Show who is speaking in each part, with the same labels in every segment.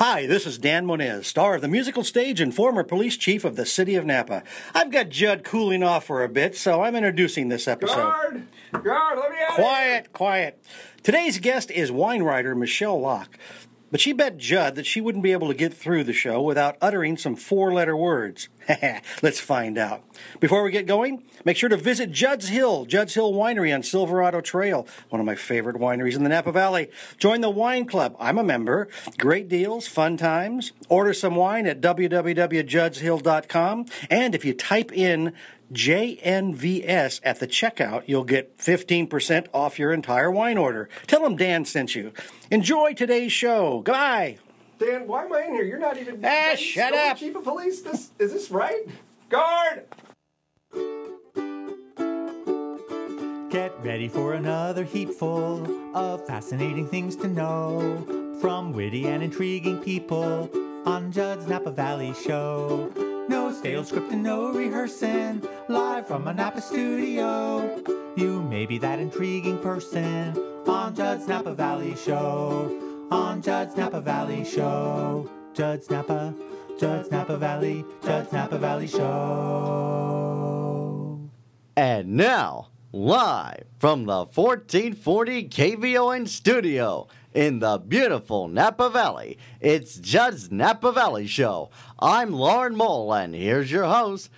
Speaker 1: Hi, this is Dan Moniz, star of the musical stage and former police chief of the city of Napa. I've got Judd cooling off for a bit, so I'm introducing this episode.
Speaker 2: Guard! Guard, let me out! of here!
Speaker 1: Quiet, quiet. Today's guest is wine writer Michelle Locke. But she bet Judd that she wouldn't be able to get through the show without uttering some four letter words. Let's find out. Before we get going, make sure to visit Judd's Hill, Judd's Hill Winery on Silverado Trail, one of my favorite wineries in the Napa Valley. Join the wine club. I'm a member. Great deals, fun times. Order some wine at www.juddshill.com. And if you type in JNVS at the checkout, you'll get 15% off your entire wine order. Tell them Dan sent you. Enjoy today's show. Goodbye.
Speaker 2: Dan, why am I in here? You're not even.
Speaker 1: Ah,
Speaker 2: Are you
Speaker 1: shut
Speaker 2: still the
Speaker 1: up.
Speaker 2: Chief of police, this is this right? Guard!
Speaker 3: Get ready for another heap full of fascinating things to know from witty and intriguing people on Judd's Napa Valley Show. No stale script and no rehearsing, live from a Napa studio. You may be that intriguing person on Judd's Napa Valley Show. On Judd's Napa Valley Show. Judd's Napa, Judd's Napa Valley, Judd's Napa Valley Show.
Speaker 4: And now, live from the 1440 KVON studio in the beautiful Napa Valley, it's Judd's Napa Valley Show. I'm Lauren Mole, and here's your host,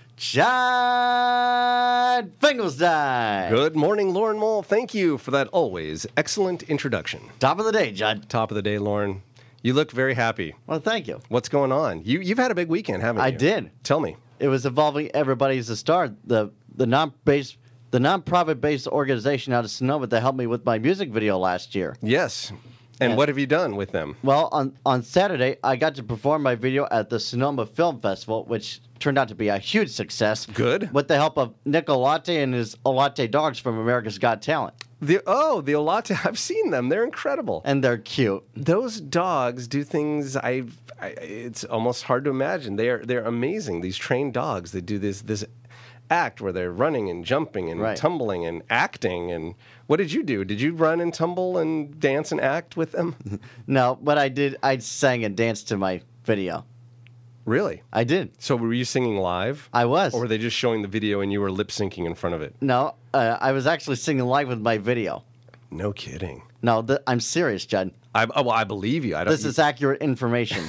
Speaker 4: Chad Fingelstein.
Speaker 5: Good morning, Lauren Mole. Thank you for that always excellent introduction.
Speaker 4: Top of the day, Judd.
Speaker 5: Top of the day, Lauren. You look very happy.
Speaker 4: Well, thank you.
Speaker 5: What's going on? You you've had a big weekend, haven't you?
Speaker 4: I did.
Speaker 5: Tell me.
Speaker 4: It was involving everybody's a star, the the non based the nonprofit based organization out of Sonoma that helped me with my music video last year.
Speaker 5: Yes. And
Speaker 4: Yes.
Speaker 5: what have you done with them?
Speaker 4: Well, on, on Saturday, I got to perform my video at the Sonoma Film Festival, which turned out to be a huge success.
Speaker 5: Good.
Speaker 4: With the help of Nicolate and his Olate dogs from America's Got Talent.
Speaker 5: The oh, the Olata. I've seen them. They're incredible.
Speaker 4: And they're cute.
Speaker 5: those dogs do things I, I it's almost hard to imagine. They are they're amazing. These trained dogs that do this this act where they're running and jumping and
Speaker 4: Right.
Speaker 5: tumbling and acting and what did you do? Did you run and tumble and dance and act with them?
Speaker 4: No, but I did, I sang and danced to my video.
Speaker 5: really?
Speaker 4: I did.
Speaker 5: So were you singing live?
Speaker 4: I was.
Speaker 5: Or were they just showing the video and you were lip syncing in front of it?
Speaker 4: No, uh, I was actually singing live with my video.
Speaker 5: No kidding.
Speaker 4: No, th- I'm serious, Judd.
Speaker 5: I, oh, well, I believe you. I don't.
Speaker 4: This is accurate information.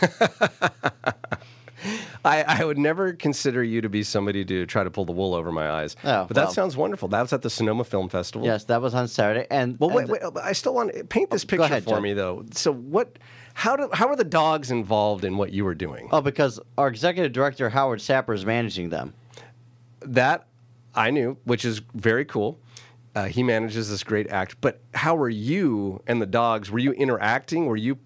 Speaker 5: I, I would never consider you to be somebody to try to pull the wool over my eyes.
Speaker 4: Oh,
Speaker 5: but that
Speaker 4: well.
Speaker 5: sounds wonderful. That was at the Sonoma Film Festival.
Speaker 4: yes, that was on Saturday. And uh,
Speaker 5: Well, wait,
Speaker 4: and-
Speaker 5: wait, but I still want to paint this picture
Speaker 4: Oh, ahead,
Speaker 5: for
Speaker 4: Joe.
Speaker 5: me, though. So, what? How do? How are the dogs involved in what you were doing?
Speaker 4: Oh, because our executive director Howard Sapper is managing them.
Speaker 5: That I knew, which is very cool. Uh, he manages this great act, but how were you and the dogs? Were you interacting? Were you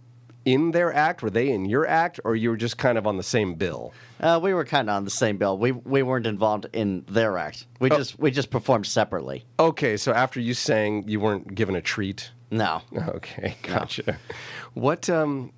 Speaker 5: in their act? Were they in your act, or you were just kind of on the same bill?
Speaker 4: Uh, we were kind of on the same bill. We we weren't involved in their act. We just we just performed separately.
Speaker 5: Okay, so after you sang, you weren't given a treat.
Speaker 4: No,
Speaker 5: Okay, gotcha. What? Um,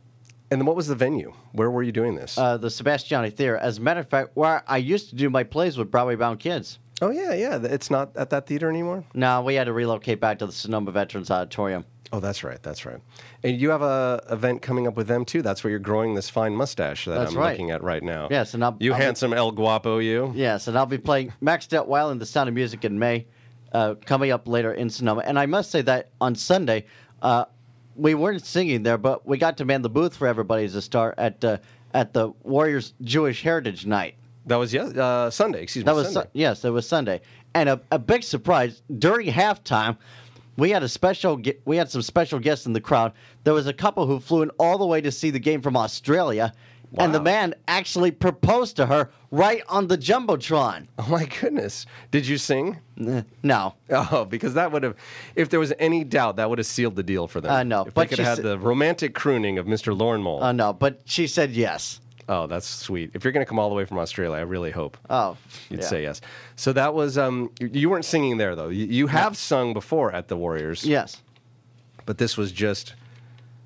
Speaker 5: and then what was the venue? Where were you doing this?
Speaker 4: uh, the Sebastiani Theater. As a matter of fact, where I used to do my plays with Broadway Bound Kids.
Speaker 5: oh yeah, yeah. It's not at that theater anymore.
Speaker 4: No, we had to relocate back to the Sonoma Veterans Auditorium.
Speaker 5: Oh, that's right. That's right. And you have a event coming up with them too. That's where you're growing this fine mustache that
Speaker 4: That's
Speaker 5: I'm
Speaker 4: right.
Speaker 5: looking at right now.
Speaker 4: Yes, and I'll-
Speaker 5: you
Speaker 4: I'll-
Speaker 5: handsome El Guapo, you.
Speaker 4: Yes, and I'll be playing Max Detweiler in The Sound of Music in May, uh, coming up later in Sonoma. And I must say that on Sunday, uh, we weren't singing there, but we got to man the booth for everybody as a star at uh, at the Warriors Jewish Heritage Night.
Speaker 5: That was yes uh, Sunday. Excuse
Speaker 4: That
Speaker 5: me.
Speaker 4: was Sun-
Speaker 5: Sunday.
Speaker 4: yes, it was Sunday, and a, a big surprise during halftime. We had a special. ge- We had some special guests in the crowd. There was a couple who flew in all the way to see the game from Australia, and the
Speaker 5: Wow.
Speaker 4: man actually proposed to her right on the jumbotron.
Speaker 5: oh my goodness. Did you sing?
Speaker 4: No,
Speaker 5: Oh, because that would have, if there was any doubt, that would have sealed the deal for them.
Speaker 4: I know,
Speaker 5: If
Speaker 4: Uh, but
Speaker 5: they could
Speaker 4: she
Speaker 5: have
Speaker 4: said-
Speaker 5: had the romantic crooning of Mr. Lorne Mole.
Speaker 4: uh, no, but she said yes.
Speaker 5: oh, that's sweet. If you're going to come all the way from Australia, I really hope.
Speaker 4: Oh,
Speaker 5: You'd
Speaker 4: yeah.
Speaker 5: say yes. So that was um, you- you weren't singing there though. You, you have sung before at the Warriors,
Speaker 4: yes.
Speaker 5: But this was just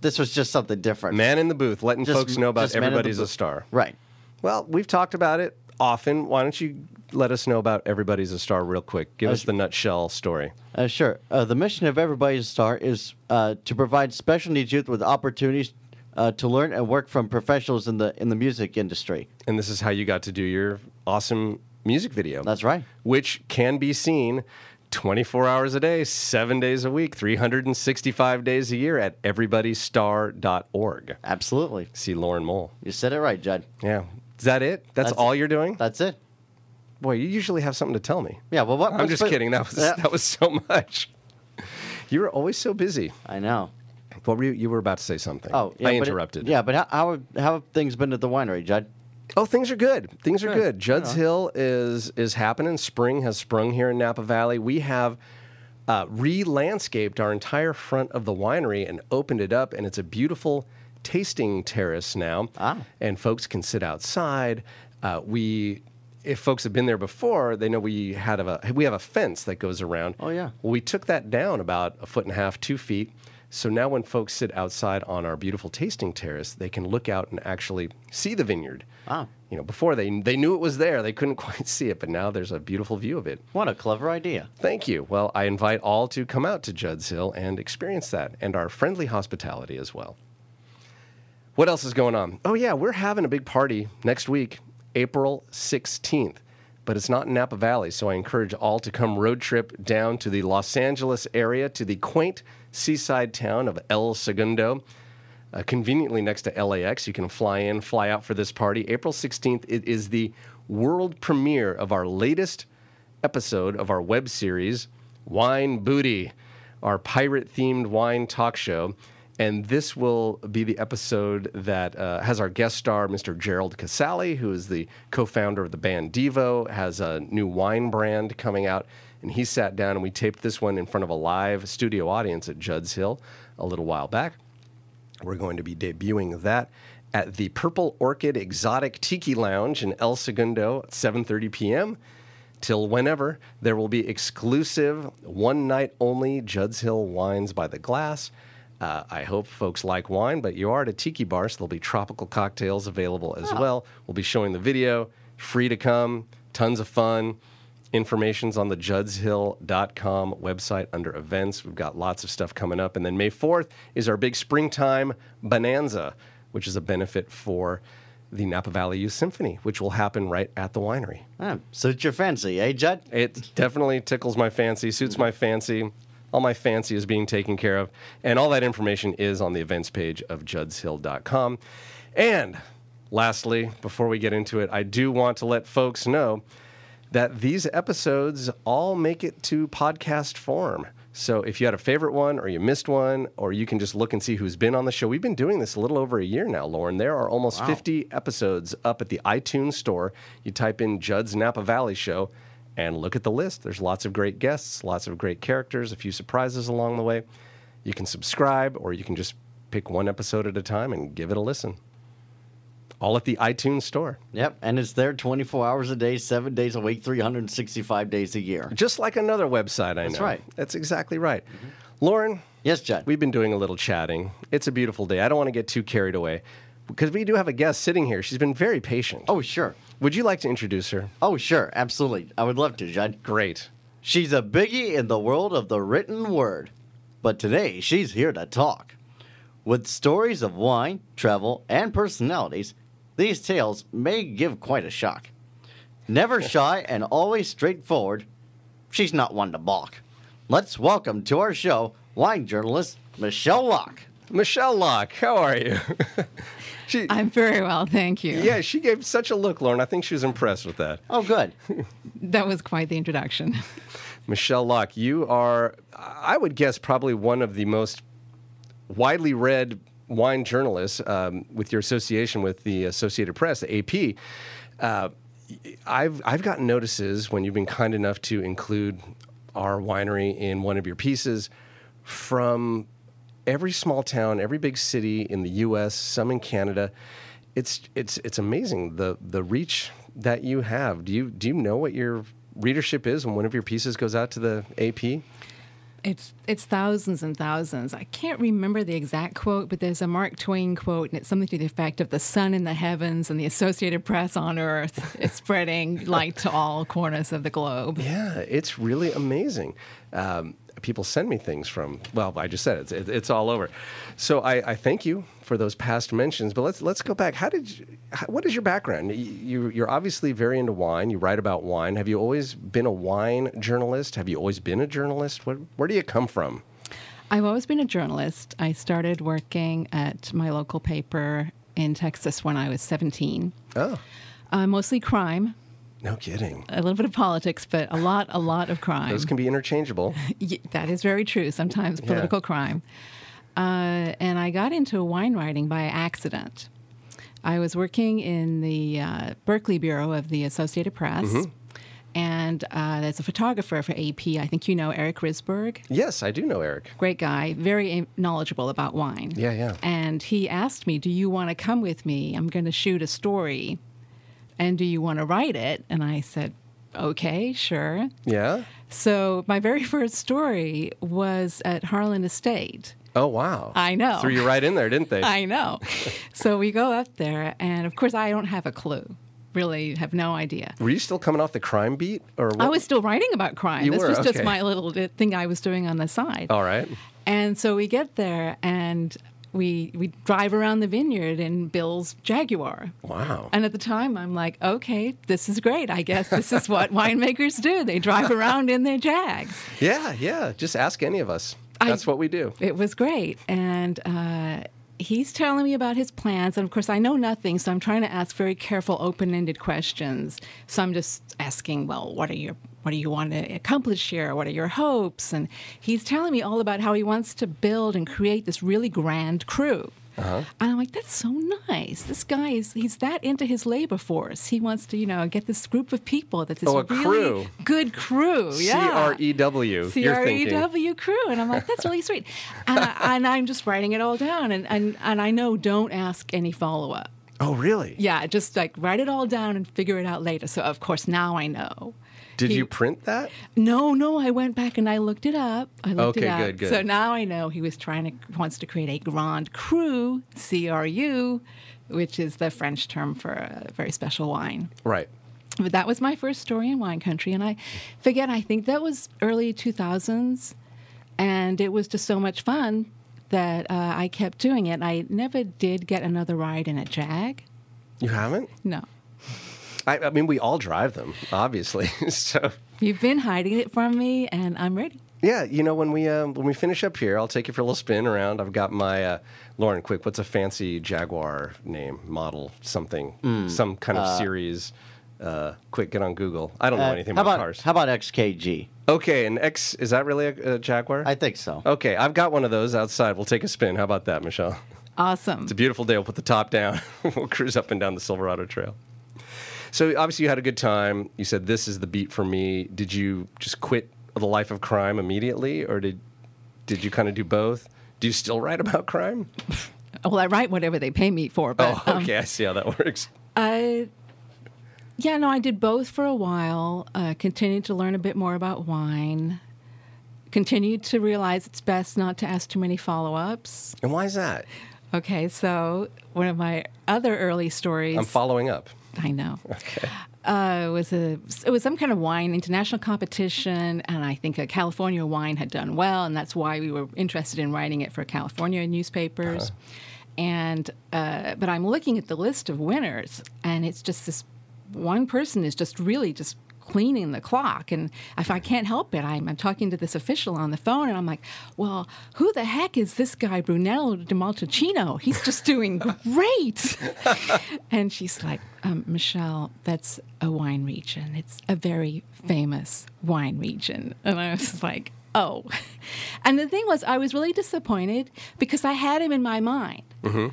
Speaker 4: This was just something different.
Speaker 5: Man in the booth, letting
Speaker 4: Just-
Speaker 5: folks know about
Speaker 4: just man in the
Speaker 5: everybody's a
Speaker 4: booth.
Speaker 5: star.
Speaker 4: right.
Speaker 5: Well, we've talked about it often. Why don't you let us know about everybody's a star real quick? Give us the nutshell story.
Speaker 4: Uh, sure. Uh, the mission of Everybody's Star is uh, to provide special needs youth with opportunities uh, to learn and work from professionals in the in the music industry.
Speaker 5: And this is how you got to do your awesome music video.
Speaker 4: That's right.
Speaker 5: Which can be seen 24 hours a day, seven days a week, 365 days a year at everybodystar.org.
Speaker 4: Absolutely,
Speaker 5: See Lauren Mole.
Speaker 4: you said it right, Judd.
Speaker 5: Yeah. Is that it? That's,
Speaker 4: That's
Speaker 5: all
Speaker 4: it.
Speaker 5: you're doing?
Speaker 4: That's it.
Speaker 5: Boy, you usually have something to tell me.
Speaker 4: Yeah. Well, what?
Speaker 5: I'm just kidding. That was
Speaker 4: Yeah.
Speaker 5: that was so much. You were always so busy.
Speaker 4: I know.
Speaker 5: What were you, you were about to say something?
Speaker 4: Oh, yeah,
Speaker 5: I
Speaker 4: but it-
Speaker 5: interrupted.
Speaker 4: yeah, but how, how have- how have things been at the winery, Judd?
Speaker 5: Oh, things are good. Things are
Speaker 4: Good.
Speaker 5: good. Judd's Hill is is happening. Spring has sprung here in Napa Valley. We have uh, re-landscaped our entire front of the winery and opened it up, and it's a beautiful tasting terrace now.
Speaker 4: Ah.
Speaker 5: And folks can sit outside. Uh, we, if folks have been there before, they know we had a we have a fence that goes around.
Speaker 4: Oh, yeah.
Speaker 5: Well, we took that down about a foot and a half, two feet. So now when folks sit outside on our beautiful tasting terrace, they can look out and actually see the vineyard.
Speaker 4: Wow.
Speaker 5: You know, before they they knew it was there, they couldn't quite see it, but now there's a beautiful view of it.
Speaker 4: What a clever idea!
Speaker 5: Thank you. Well, I invite all to come out to Judd's Hill and experience that and our friendly hospitality as well. What else is going on? Oh, yeah, we're having a big party next week, April 16th, but it's not in Napa Valley, so I encourage all to come road trip down to the Los Angeles area to the quaint seaside town of El Segundo. Uh, conveniently next to LAX, you can fly in, fly out for this party. April 16th, it is the world premiere of our latest episode of our web series, Wine Booty, our pirate themed wine talk show. And this will be the episode that uh, has our guest star, Mr. Gerald Casale, who is the co founder of the band Devo, has a new wine brand coming out. And he sat down and we taped this one in front of a live studio audience at Judd's Hill a little while back. We're going to be debuting that at the Purple Orchid Exotic Tiki Lounge in El Segundo at 7:30 p.m. Till whenever, there will be exclusive one night only Judd's Hill wines by the glass. Uh, I hope folks like wine, but you are at a tiki bar, so there'll be tropical cocktails available as well. We'll be showing the video, free to come, tons of fun. Information's on the judshill.com website under events. We've got lots of stuff coming up. And then May 4th is our big springtime bonanza, which is a benefit for the Napa Valley Youth Symphony, which will happen right at the winery.
Speaker 4: Ah, suits your fancy, eh, Judd?
Speaker 5: It definitely tickles my fancy, suits my fancy. All my fancy is being taken care of. And all that information is on the events page of judshill.com. And lastly, before we get into it, I do want to let folks know that these episodes all make it to podcast form. So if you had a favorite one or you missed one, or you can just look and see who's been on the show, we've been doing this a little over a year now, Lauren. There are almost 50 episodes up at the iTunes store. You type in Judd's Napa Valley Show and look at the list. There's lots of great guests, lots of great characters, a few surprises along the way. You can subscribe, or you can just pick one episode at a time and give it a listen. All at the iTunes store.
Speaker 4: Yep, and it's there 24 hours a day, seven days a week, 365 days a year.
Speaker 5: Just like another website, I know.
Speaker 4: That's right. Mm-hmm.
Speaker 5: That's exactly right. Lauren,
Speaker 4: Yes, Judd.
Speaker 5: we've been doing a little chatting. It's a beautiful day. I don't want to get too carried away because we do have a guest sitting here. She's been very patient.
Speaker 4: oh, sure.
Speaker 5: would you like to introduce her?
Speaker 4: Oh, sure. Absolutely. I would love to, Judd.
Speaker 5: Great.
Speaker 4: She's a biggie in the world of the written word, but today she's here to talk. With stories of wine, travel, and personalities, these tales may give quite a shock. Never shy and always straightforward, she's not one to balk. Let's welcome to our show wine journalist Michelle Locke.
Speaker 5: Michelle Locke, how are you? she,
Speaker 6: I'm very well, thank you.
Speaker 5: yeah, she gave such a look, Lauren. I think she was impressed with that.
Speaker 4: Oh, good.
Speaker 6: That was quite the introduction.
Speaker 5: Michelle Locke, you are, I would guess, probably one of the most widely read wine journalists um, with your association with the Associated Press, the AP. Uh, I've, I've gotten notices when you've been kind enough to include our winery in one of your pieces from every small town, every big city in the U.S., some in Canada. It's it's it's amazing the the reach that you have. Do you do you know what your readership is when one of your pieces goes out to the AP?
Speaker 6: It's it's thousands and thousands. I can't remember the exact quote, but there's a Mark Twain quote, and it's something to the effect of the sun in the heavens and the Associated Press on Earth is spreading light to all corners of the globe.
Speaker 5: Yeah, it's really amazing. Um, people send me things from. Well, I just said it, it's it's all over. So I, I thank you for those past mentions. But let's let's go back. How did you, how, what is your background? You- You you're obviously very into wine. You write about wine. Have you always been a wine journalist? Have you always been a journalist? Where where do you come from?
Speaker 6: I've always been a journalist. I started working at my local paper in Texas when I was 17.
Speaker 5: Oh,
Speaker 6: Uh, mostly crime,
Speaker 5: no kidding.
Speaker 6: a little bit of politics, but a lot, a lot of crime.
Speaker 5: Those can be interchangeable.
Speaker 6: Y- that is very true. Sometimes political crime. Uh, and I got into wine writing by accident. I was working in the uh, Berkeley bureau of the Associated Press,
Speaker 5: Mm-hmm.
Speaker 6: and uh, there's a photographer for AP. I think you know Eric Risberg
Speaker 5: Yes, I do know Eric.
Speaker 6: great guy, very eh, knowledgeable about wine.
Speaker 5: Yeah, yeah.
Speaker 6: And he asked me, "Do you want to come with me? I'm going to shoot a story, and do you want to write it?" And I said, "Okay, sure."
Speaker 5: Yeah.
Speaker 6: So my very first story was at Harlan Estate.
Speaker 5: Oh wow.
Speaker 6: I know.
Speaker 5: Threw you right in there, didn't they?
Speaker 6: I know. so we go up there, and of course, I don't have a clue. Really, have no idea.
Speaker 5: Were you still coming off the crime beat, or what?
Speaker 6: I was still writing about crime.
Speaker 5: You
Speaker 6: this
Speaker 5: were,
Speaker 6: was
Speaker 5: okay. Oh.
Speaker 6: just my little thing I was doing on the side.
Speaker 5: All right.
Speaker 6: And so we get there and we we drive around the vineyard in Bill's Jaguar.
Speaker 5: Wow.
Speaker 6: And at the time I'm like, okay, this is great. I guess this is what winemakers do. They drive around in their Jags.
Speaker 5: Yeah, yeah. Just ask any of us.
Speaker 6: I-
Speaker 5: That's what we do.
Speaker 6: It was great. And uh He's telling me about his plans, and of course, I know nothing, so I'm trying to ask very careful, open-ended questions. So I'm just asking, well, what are your, what do you want to accomplish here? What are your hopes? And he's telling me all about how he wants to build and create this really grand crew.
Speaker 5: Uh-huh.
Speaker 6: And I'm like, that's so nice. This guy is, he's that into his labor force. He wants to, you know, get this group of people that's this
Speaker 5: Oh, a
Speaker 6: really
Speaker 5: crew.
Speaker 6: good crew.
Speaker 5: C
Speaker 6: Oh, yeah.
Speaker 5: R E W.
Speaker 6: C
Speaker 5: You're
Speaker 6: R E
Speaker 5: thinking.
Speaker 6: W crew, and I'm like, that's really sweet, and, I, and I'm just writing it all down, and and, and I know don't ask any follow up.
Speaker 5: Oh, really?
Speaker 6: Yeah, just like write it all down and figure it out later. So of course now I know.
Speaker 5: Did
Speaker 6: He-
Speaker 5: you print that?
Speaker 6: No, no, I went back and I looked it up. I looked
Speaker 5: Okay,
Speaker 6: it up.
Speaker 5: good, good.
Speaker 6: So now I know he was trying to wants to create a grand cru, C R U, which is the French term for a very special wine.
Speaker 5: Right.
Speaker 6: But that was my first story in wine country, and I forget. I think that was early two thousands, and it was just so much fun that uh, I kept doing it. I never did get another ride in a Jag.
Speaker 5: You haven't?
Speaker 6: No,
Speaker 5: I, I mean, we all drive them, obviously. so.
Speaker 6: you've been hiding it from me, and I'm ready.
Speaker 5: Yeah, you know when we um, when we finish up here, I'll take you for a little spin around. I've got my uh, Lauren Quick. What's a fancy Jaguar name, model, something,
Speaker 6: Hmm.
Speaker 5: some kind of series? Uh, quick, get on Google. I don't know
Speaker 4: Uh,
Speaker 5: anything
Speaker 4: how
Speaker 5: about,
Speaker 4: about
Speaker 5: cars.
Speaker 4: how about XKG?
Speaker 5: okay, and X is that really a, a Jaguar?
Speaker 4: I think so.
Speaker 5: Okay, I've got one of those outside. We'll take a spin. How about that, Michelle?
Speaker 6: Awesome.
Speaker 5: It's a beautiful day. We'll put the top down. we'll cruise up and down the Silverado Trail. So obviously you had a good time. You said this is the beat for me. Did you just quit the life of crime immediately, or did did you kind of do both? Do you still write about crime?
Speaker 6: Well, I write whatever they pay me for, but
Speaker 5: Oh,
Speaker 6: um,
Speaker 5: okay. I see how that works.
Speaker 6: I, yeah, no, I did both for a while. Uh, continued to learn a bit more about wine. Continued to realize it's best not to ask too many follow-ups.
Speaker 5: And why is that?
Speaker 6: Okay, so one of my other early stories.
Speaker 5: I'm following up.
Speaker 6: I know. Uh, was a it was some kind of wine international competition, and I think a California wine had done well, and that's why we were interested in writing it for California newspapers. And uh, but I'm looking at the list of winners, and it's just this one person is just really just cleaning the clock and if i can't help it I'm, I'm talking to this official on the phone and i'm like well who the heck is this guy brunello de montalcino he's just doing great and she's like, um, Michelle, that's a wine region. It's a very famous wine region. And I was just like, oh. And the thing was, I was really disappointed because I had him in my mind.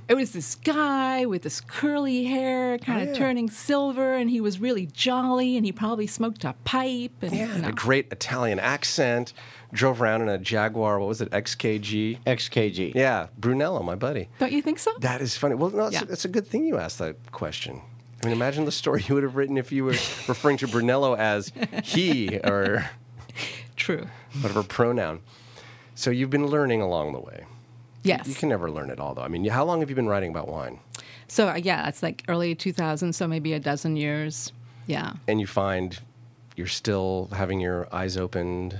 Speaker 6: It was this guy with this curly hair, kind of turning silver, and he was really jolly, and he probably smoked a pipe. And,
Speaker 5: Yeah,
Speaker 6: no.
Speaker 5: a great Italian accent. Drove around in a Jaguar. What was it? XKG.
Speaker 4: XKG.
Speaker 5: Yeah, Brunello, my buddy.
Speaker 6: Don't you think so?
Speaker 5: That is funny. Well, no, it's,
Speaker 6: Yeah.
Speaker 5: it's a good thing you asked that question. I mean, imagine the story you would have written if you were referring to Brunello as he or
Speaker 6: True.
Speaker 5: whatever pronoun. So you've been learning along the way.
Speaker 6: Yes.
Speaker 5: You can never learn it all, though. I mean, how long have you been writing about wine?
Speaker 6: so, uh, yeah, it's like early 2000s, so maybe a dozen years. Yeah.
Speaker 5: And you find you're still having your eyes opened.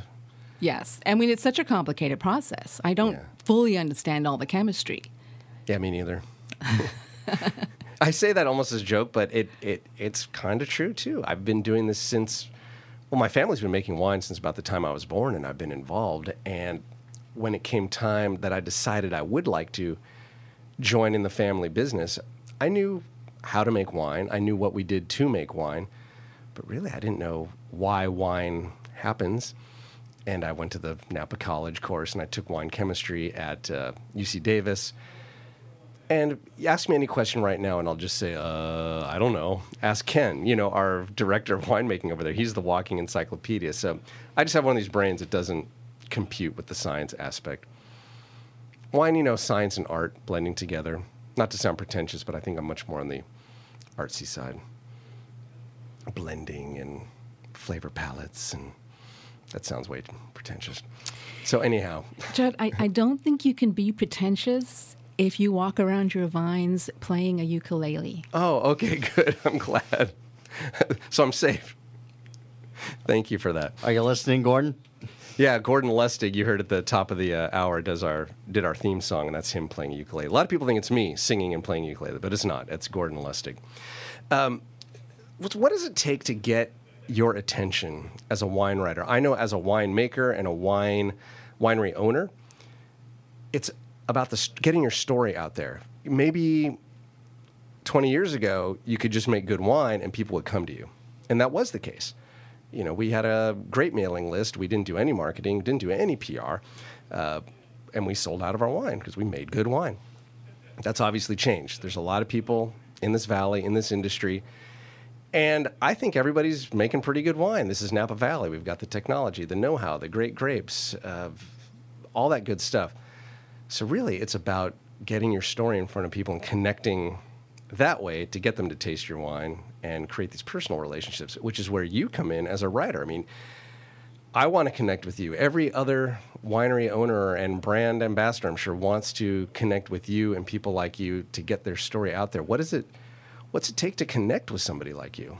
Speaker 6: Yes. I mean, it's such a complicated process. I don't fully understand all the chemistry.
Speaker 5: Yeah, me neither. I say that almost as a joke, but it, it it's kind of true too. I've been doing this since, well, my family's been making wine since about the time I was born, and I've been involved. And when it came time that I decided I would like to join in the family business, I knew how to make wine. I knew what we did to make wine, but really, I didn't know why wine happens. And I went to the Napa College course, and I took wine chemistry at uh, UC Davis. And you ask me any question right now, and I'll just say, uh, I don't know. Ask Ken, you know, our director of winemaking over there. He's the walking encyclopedia. So I just have one of these brains that doesn't compute with the science aspect. Wine, you know, science and art blending together. Not to sound pretentious, but I think I'm much more on the artsy side. Blending and flavor palettes, and that sounds way pretentious. So, anyhow,
Speaker 6: Judd, I, I don't think you can be pretentious if you walk around your vines playing a ukulele.
Speaker 5: Oh, okay, good. I'm glad. so I'm safe. Thank you for that.
Speaker 4: Are you listening, Gordon?
Speaker 5: Yeah, Gordon Lustig, you heard at the top of the uh, hour, does our did our theme song, and that's him playing ukulele. A lot of people think it's me singing and playing ukulele, but it's not. It's Gordon Lustig. Um, what, what does it take to get your attention as a wine writer? I know as a winemaker and a wine winery owner, it's about the st- getting your story out there. Maybe 20 years ago, you could just make good wine and people would come to you. And that was the case. You know, we had a great mailing list. We didn't do any marketing, didn't do any PR, uh, and we sold out of our wine because we made good wine. That's obviously changed. There's a lot of people in this valley, in this industry, and I think everybody's making pretty good wine. This is Napa Valley. We've got the technology, the know how, the great grapes, uh, all that good stuff. So really, it's about getting your story in front of people and connecting that way to get them to taste your wine and create these personal relationships, which is where you come in as a writer. I mean, I want to connect with you. Every other winery owner and brand ambassador, I'm sure, wants to connect with you and people like you to get their story out there. What is it? What's it take to connect with somebody like you?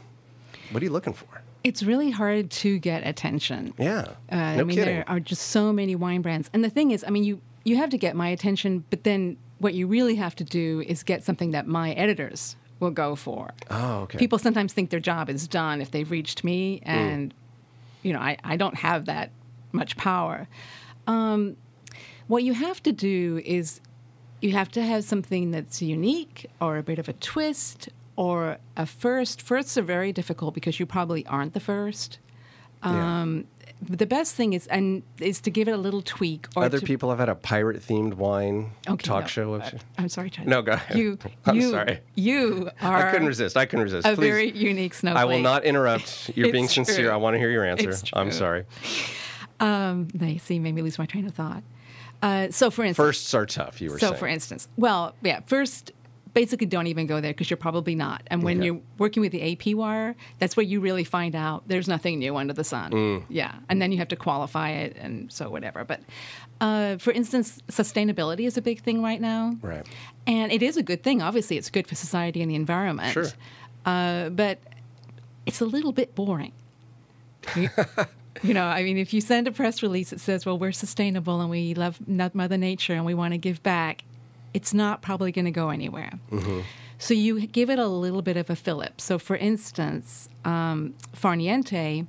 Speaker 5: What are you looking for?
Speaker 6: It's really hard to get attention.
Speaker 5: Yeah,
Speaker 6: Uh,
Speaker 5: no
Speaker 6: I mean,
Speaker 5: kidding.
Speaker 6: there are just so many wine brands. And the thing is, I mean, you, you have to get my attention, but then what you really have to do is get something that my editors will go for.
Speaker 5: Oh, okay. Mm.
Speaker 6: People sometimes think their job is done if they've reached me, and, you know, I, I don't have that much power. Um, what you have to do is you have to have something that's unique or a bit of a twist or a first. Firsts are very difficult because you probably aren't the first.
Speaker 5: Yeah.
Speaker 6: Um, The best thing is and is to give it a little tweak or
Speaker 5: Other
Speaker 6: to-
Speaker 5: people have had a pirate themed wine
Speaker 6: Okay,
Speaker 5: talk
Speaker 6: no,
Speaker 5: show.
Speaker 6: uh, I'm sorry, Chad.
Speaker 5: No, go ahead.
Speaker 6: You,
Speaker 5: I'm
Speaker 6: you-
Speaker 5: sorry.
Speaker 6: You are.
Speaker 5: I couldn't resist. I couldn't resist.
Speaker 6: A
Speaker 5: Please.
Speaker 6: very unique snowflake.
Speaker 5: I will not interrupt. You're being
Speaker 6: It's
Speaker 5: sincere.
Speaker 6: true.
Speaker 5: I want to hear your answer.
Speaker 6: It's
Speaker 5: I'm
Speaker 6: true.
Speaker 5: sorry.
Speaker 6: Um, they see made me lose my train of thought. Uh, so, for instance,
Speaker 5: Firsts are tough. You were
Speaker 6: so
Speaker 5: saying.
Speaker 6: for instance, well, yeah, first. Basically, don't even go there because you're probably not. And when
Speaker 5: Okay.
Speaker 6: you're working with the AP wire, that's where you really find out there's nothing new under the sun.
Speaker 5: Mm.
Speaker 6: Yeah. And then you have to qualify it and so whatever. But uh, for instance, sustainability is a big thing right now.
Speaker 5: Right.
Speaker 6: And it is a good thing. Obviously, it's good for society and the environment.
Speaker 5: Sure.
Speaker 6: Uh, but it's a little bit boring. You, you know, I mean, if you send a press release that says, well, we're sustainable and we love not- Mother Nature and we want to give back, it's not probably going to go anywhere. So you give it a little bit of a fillip. So, for instance, um, Farniente,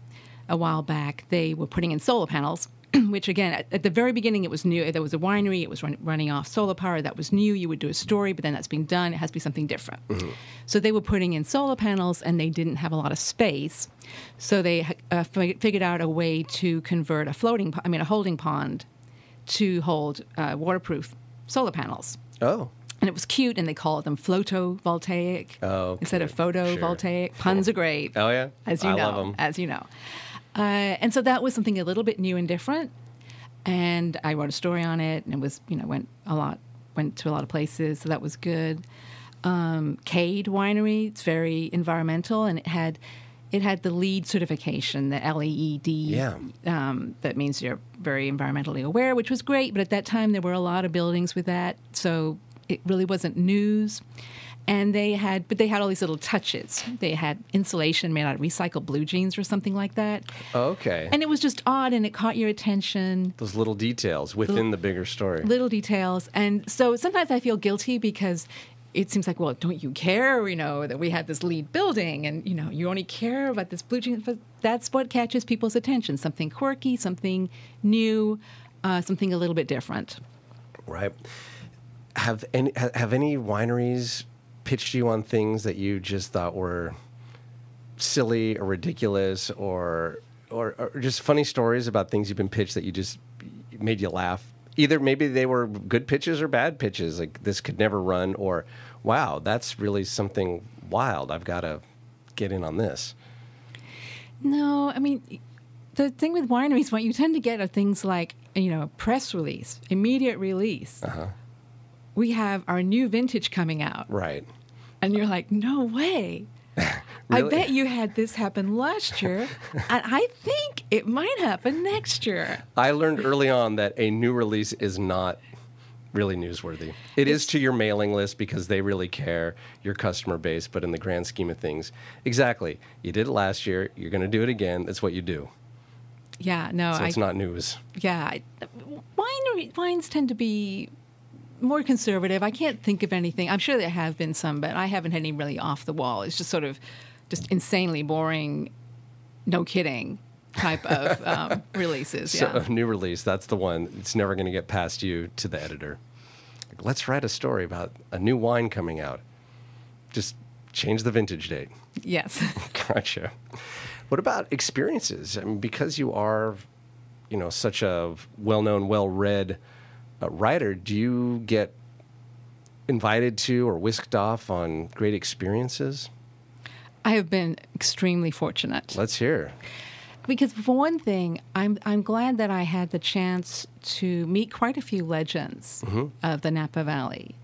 Speaker 6: a while back, they were putting in solar panels. Which again, at, at the very beginning, it was new. There was a winery. It was run, running off solar power. That was new. You would do a story, but then that's being done. It has to be something different. So they were putting in solar panels, and they didn't have a lot of space. So they uh, fi- figured out a way to convert a floating, po- I mean, a holding pond, to hold uh, waterproof solar panels
Speaker 5: Oh,
Speaker 6: and it was cute, and they called them photovoltaic
Speaker 5: Oh,
Speaker 6: instead of
Speaker 5: okay. Sure.
Speaker 6: photovoltaic. Puns are great.
Speaker 5: Oh, yeah?
Speaker 6: as you
Speaker 5: I
Speaker 6: know,
Speaker 5: love 'em.
Speaker 6: as you know. Uh, and so that was something a little bit new and different. And I wrote a story on it, and it was you know went a lot went to a lot of places, so that was good. Um, Cade Winery, it's very environmental, and it had it had the LEED certification, the LEED
Speaker 5: Yeah.
Speaker 6: um, that means you're very environmentally aware, which was great. But at that time, there were a lot of buildings with that, so it really wasn't news. and they had but they had all these little touches they had insulation made out of recycled blue jeans or something like that
Speaker 5: Okay.
Speaker 6: and it was just odd and it caught your attention
Speaker 5: Those little details within the bigger story.
Speaker 6: little details and so sometimes i feel guilty because it seems like well don't you care you know that we have this lead building and you know you only care about this blue jeans but that's what catches people's attention something quirky something new uh, something a little bit different
Speaker 5: Right. Have any ha- have any wineries pitched you on things that you just thought were silly or ridiculous or or, or just funny stories about things you've been pitched that you just made you laugh? Either maybe they were good pitches or bad pitches, like this could never run, or wow, that's really something wild. I've got to get in on this.
Speaker 6: No, I mean, the thing with wineries, what you tend to get are things like, you know, press release, immediate release. We have our new vintage coming out.
Speaker 5: Right.
Speaker 6: And you're like, no way. I
Speaker 5: Really?
Speaker 6: bet you had this happen last year. and I think it might happen next year.
Speaker 5: I learned early on that a new release is not really newsworthy. It is to your mailing list because they really care, your customer base, but in the grand scheme of things, exactly. You did it last year, you're going to do it again. That's what you do.
Speaker 6: Yeah, no,
Speaker 5: So
Speaker 6: Oh, I,
Speaker 5: it's not news.
Speaker 6: yeah. I- Winery, wines tend to be more conservative. I can't think of anything. I'm sure there have been some, but I haven't had any really off the wall. It's just sort of just insanely boring, no kidding type of um, releases.
Speaker 5: So
Speaker 6: Yeah.
Speaker 5: a new release, that's the one. It's never going to get past you to the editor. Like, Let's write a story about a new wine coming out. Just change the vintage date.
Speaker 6: yes.
Speaker 5: Gotcha. What about experiences? I mean, because you are, you know, such a well-known, well-read uh, writer, do you get invited to or whisked off on great experiences?
Speaker 6: I have been extremely fortunate.
Speaker 5: Let's hear.
Speaker 6: because for one thing, I'm I'm glad that I had the chance to meet quite a few legends of the Napa Valley.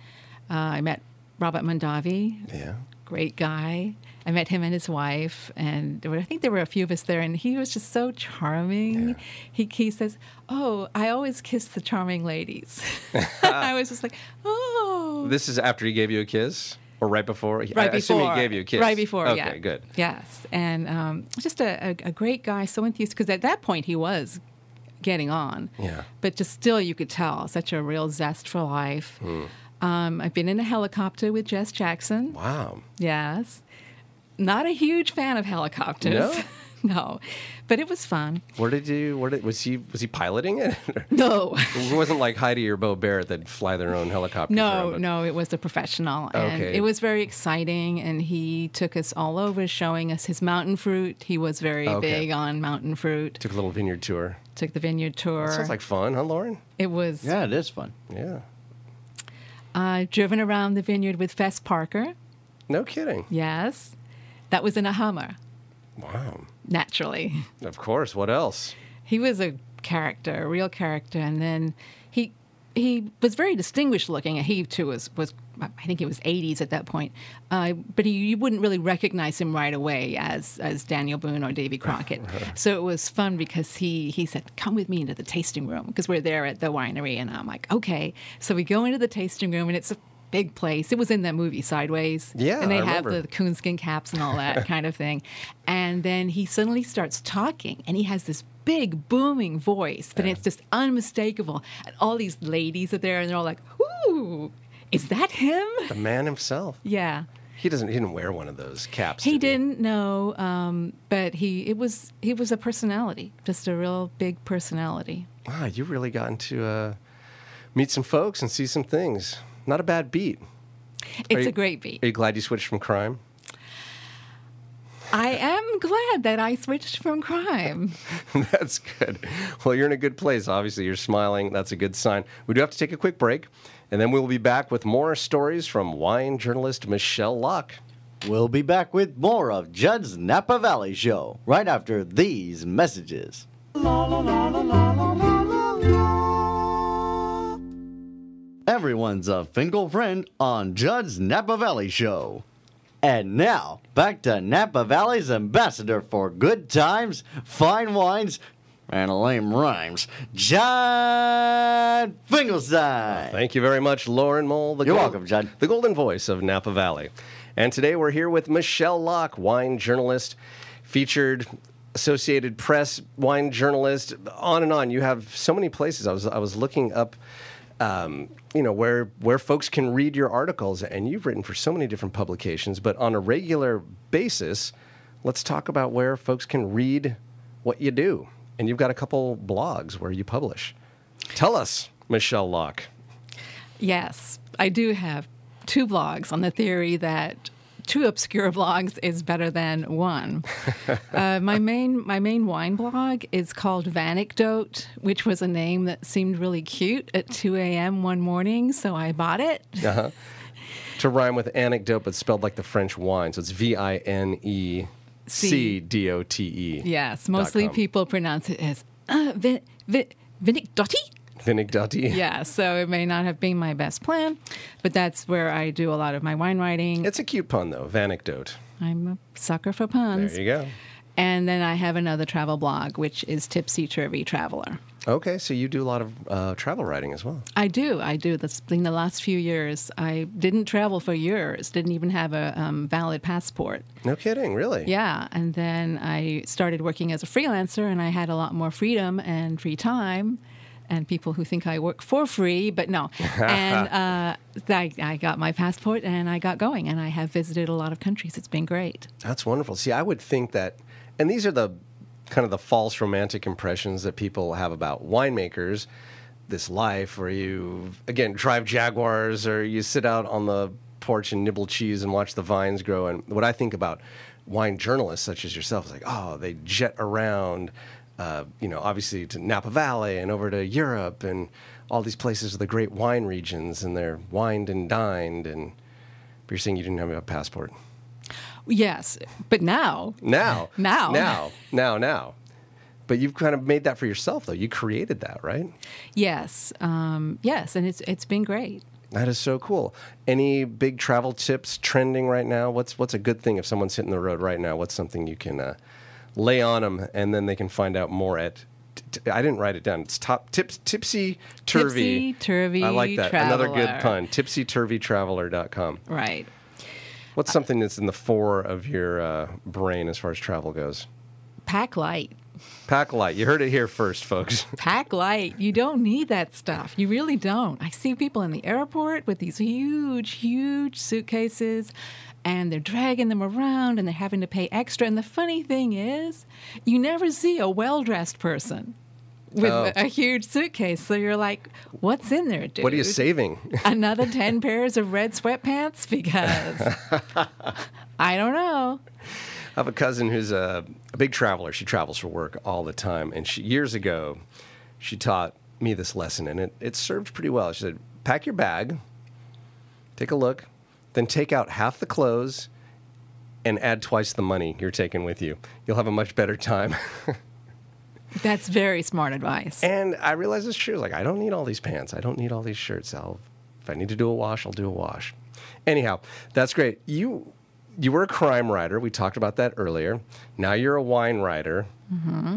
Speaker 6: Uh, I met Robert Mondavi,
Speaker 5: Yeah.
Speaker 6: great guy. I met him and his wife, and there were- I think there were a few of us there, and he was just so charming. He, he says, "Oh, I always kiss the charming ladies." I was just like, "Oh."
Speaker 5: This is after he gave you a kiss, or right before? I,
Speaker 6: right
Speaker 5: I
Speaker 6: before.
Speaker 5: assume he gave you a kiss.
Speaker 6: Right before,
Speaker 5: Okay,
Speaker 6: yeah.
Speaker 5: good.
Speaker 6: Yes, and um, just a, a, a great guy, so enthused, because at that point he was getting on.
Speaker 5: Yeah.
Speaker 6: But just still, you could tell such a real zest for life. Um, I've been in a helicopter with Jess Jackson.
Speaker 5: Hmm. Wow.
Speaker 6: Yes. Not a huge fan of helicopters.
Speaker 5: No?
Speaker 6: No. But it was fun.
Speaker 5: Where did you? Where did, was he? Was he piloting it?
Speaker 6: No.
Speaker 5: it wasn't like Heidi or Bo Barrett that fly their own helicopters. around,
Speaker 6: No,
Speaker 5: but-
Speaker 6: no, it was a professional. And
Speaker 5: Okay.
Speaker 6: it was very exciting. And he took us all over, showing us his mountain fruit. He was very
Speaker 5: Okay.
Speaker 6: big on mountain fruit.
Speaker 5: Took a little vineyard tour.
Speaker 6: Took the vineyard tour.
Speaker 5: Sounds like fun, huh, Lauren?
Speaker 6: it was
Speaker 4: Yeah, it is fun.
Speaker 5: Yeah.
Speaker 6: uh, driven around the vineyard with Fess Parker.
Speaker 5: No kidding.
Speaker 6: Yes. That was in a Hummer,
Speaker 5: Wow.
Speaker 6: naturally.
Speaker 5: Of course. What else?
Speaker 6: he was a character, a real character, and then he he was very distinguished looking. and He too was was I think he was 80s at that point, uh, but he, you wouldn't really recognize him right away as as Daniel Boone or Davy Crockett. so it was fun because he he said, "Come with me into the tasting room," because we're there at the winery, and I'm like, "Okay." So we go into the tasting room, and it's a big place. It was in that movie Sideways.
Speaker 5: Yeah,
Speaker 6: and they
Speaker 5: I
Speaker 6: have
Speaker 5: remember.
Speaker 6: the coonskin caps and all that kind of thing. And then he suddenly starts talking, and he has this big booming voice, but it's just unmistakable. And all these ladies are there, and they're all like, "Ooh, is that him?"
Speaker 5: The man himself.
Speaker 6: Yeah,
Speaker 5: He doesn't. He didn't wear one of those caps.
Speaker 6: he
Speaker 5: did
Speaker 6: didn't know, um, but he it was he was a personality, just a real big personality.
Speaker 5: he? Wow. You really gotten to uh, meet some folks and see some things. Not a bad beat. Are
Speaker 6: It's
Speaker 5: you-
Speaker 6: a great beat.
Speaker 5: Are you glad you switched from crime?
Speaker 6: I am glad that I switched from crime.
Speaker 5: That's good. Well, you're in a good place. Obviously, you're smiling. That's a good sign. We do have to take a quick break, and then we'll be back with more stories from wine journalist Michelle Locke.
Speaker 4: We'll be back with more of Judd's Napa Valley Show right after these messages. Everyone's a Finkel friend on Judd's Napa Valley Show. And now, back to Napa Valley's ambassador for good times, fine wines, and lame rhymes, John Finkelstein.
Speaker 5: Thank you very much, Lauren Mole. The
Speaker 4: You're welcome, Judd.
Speaker 5: The golden voice of Napa Valley. And today we're here with Michelle Locke, wine journalist, featured Associated Press wine journalist, on and on. You have so many places. I was I was looking up. Um, you know where where folks can read your articles, and you've written for so many different publications. But on a regular basis, let's talk about where folks can read what you do. And you've got a couple blogs where you publish. Tell us, Michelle Locke.
Speaker 6: Yes, I do have two blogs on the theory that two obscure blogs is better than one. uh, my main my main wine blog is called Vanecdote, which was a name that seemed really cute at 2 a.m. one morning, so I bought it.
Speaker 5: to rhyme with anecdote, but spelled like the French wine. So it's V I N E C
Speaker 6: C.
Speaker 5: D O T E.
Speaker 6: Yes, mostly
Speaker 5: com.
Speaker 6: people pronounce it as uh, vin- vin- Vanecdote.
Speaker 5: Vinigdotti.
Speaker 6: yeah, so it may not have been my best plan, but that's where I do a lot of my wine writing.
Speaker 5: It's a cute pun, though. Vanecdote.
Speaker 6: I'm a sucker for
Speaker 5: There
Speaker 6: puns.
Speaker 5: you go.
Speaker 6: And then I have another travel blog, which is Tipsy Turvy Traveler.
Speaker 5: Okay, so you do a lot of uh, travel writing as well.
Speaker 6: I do, I do. That's been the last few years. I didn't travel for years, didn't even have a um, valid passport.
Speaker 5: No kidding, really?
Speaker 6: Yeah, and then I started working as a freelancer, and I had a lot more freedom and free time. And people who think I work for free, but no. and uh, I, I got my passport and I got going, and I have visited a lot of countries. It's been great.
Speaker 5: That's wonderful. See, I would think that, and these are the kind of the false romantic impressions that people have about winemakers. This life where you, again, drive Jaguars or you sit out on the porch and nibble cheese and watch the vines grow. And what I think about wine journalists such as yourself is like, oh, they jet around, uh, you know, obviously to Napa Valley and over to Europe and all these places with the great wine regions and they're wined and dined. And but you're saying you didn't have a passport.
Speaker 6: Yes, but now
Speaker 5: Now.
Speaker 6: Now.
Speaker 5: Now. Now. Now. But you've kind of made that for yourself, though. You created that, right?
Speaker 6: Yes, um, yes, and it's it's been great.
Speaker 5: That is so cool. Any big travel tips trending right now? What's What's a good thing if someone's hitting the road right now? What's something you can uh, lay on them, and then they can find out more at. T- t- I didn't write it down. It's top tips, tipsy turvy.
Speaker 6: Tipsy-turvy
Speaker 5: I like that. Another good pun.
Speaker 6: traveler.
Speaker 5: Tipsyturvytraveler.com.
Speaker 6: Right. Uh,
Speaker 5: What's something that's in the fore of your uh, brain as far as travel goes?
Speaker 6: Pack light.
Speaker 5: Pack light. You heard it here first, folks.
Speaker 6: Pack light. You don't need that stuff. You really don't. I see people in the airport with these huge, huge suitcases and they're dragging them around and they're having to pay extra. And the funny thing is, you never see a well dressed person with
Speaker 5: Oh.
Speaker 6: a, a huge suitcase. So you're like, what's in there, dude?
Speaker 5: What are you saving?
Speaker 6: Another 10 pairs of red sweatpants? Because I don't know.
Speaker 5: I have a cousin who's a, a big traveler. She travels for work all the time. And she, years ago, she taught me this lesson, and it, it served pretty well. She said, Pack your bag, take a look, then take out half the clothes and add twice the money you're taking with you. You'll have a much better time.
Speaker 6: That's very smart advice.
Speaker 5: and I realized it's true. Like, I don't need all these pants, I don't need all these shirts. I'll, if I need to do a wash, I'll do a wash. Anyhow, that's great. You, you were a crime writer. We talked about that earlier. Now you're a wine writer.
Speaker 6: Mm-hmm.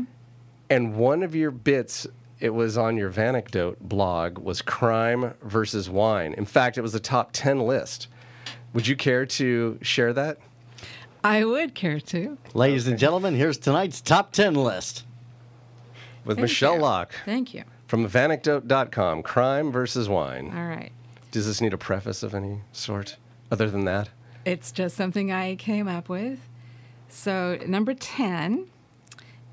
Speaker 5: And one of your bits, it was on your Vanecdote blog, was crime versus wine. In fact, it was the top 10 list. Would you care to share that?
Speaker 6: I would care to.
Speaker 4: Ladies and gentlemen, here's tonight's top 10 list.
Speaker 5: With
Speaker 6: Thank
Speaker 5: Michelle
Speaker 6: you.
Speaker 5: Locke
Speaker 6: Thank you.
Speaker 5: from Vanecdote.com, crime versus wine.
Speaker 6: All right.
Speaker 5: Does this need a preface of any sort other than that?
Speaker 6: It's just something I came up with. So, number 10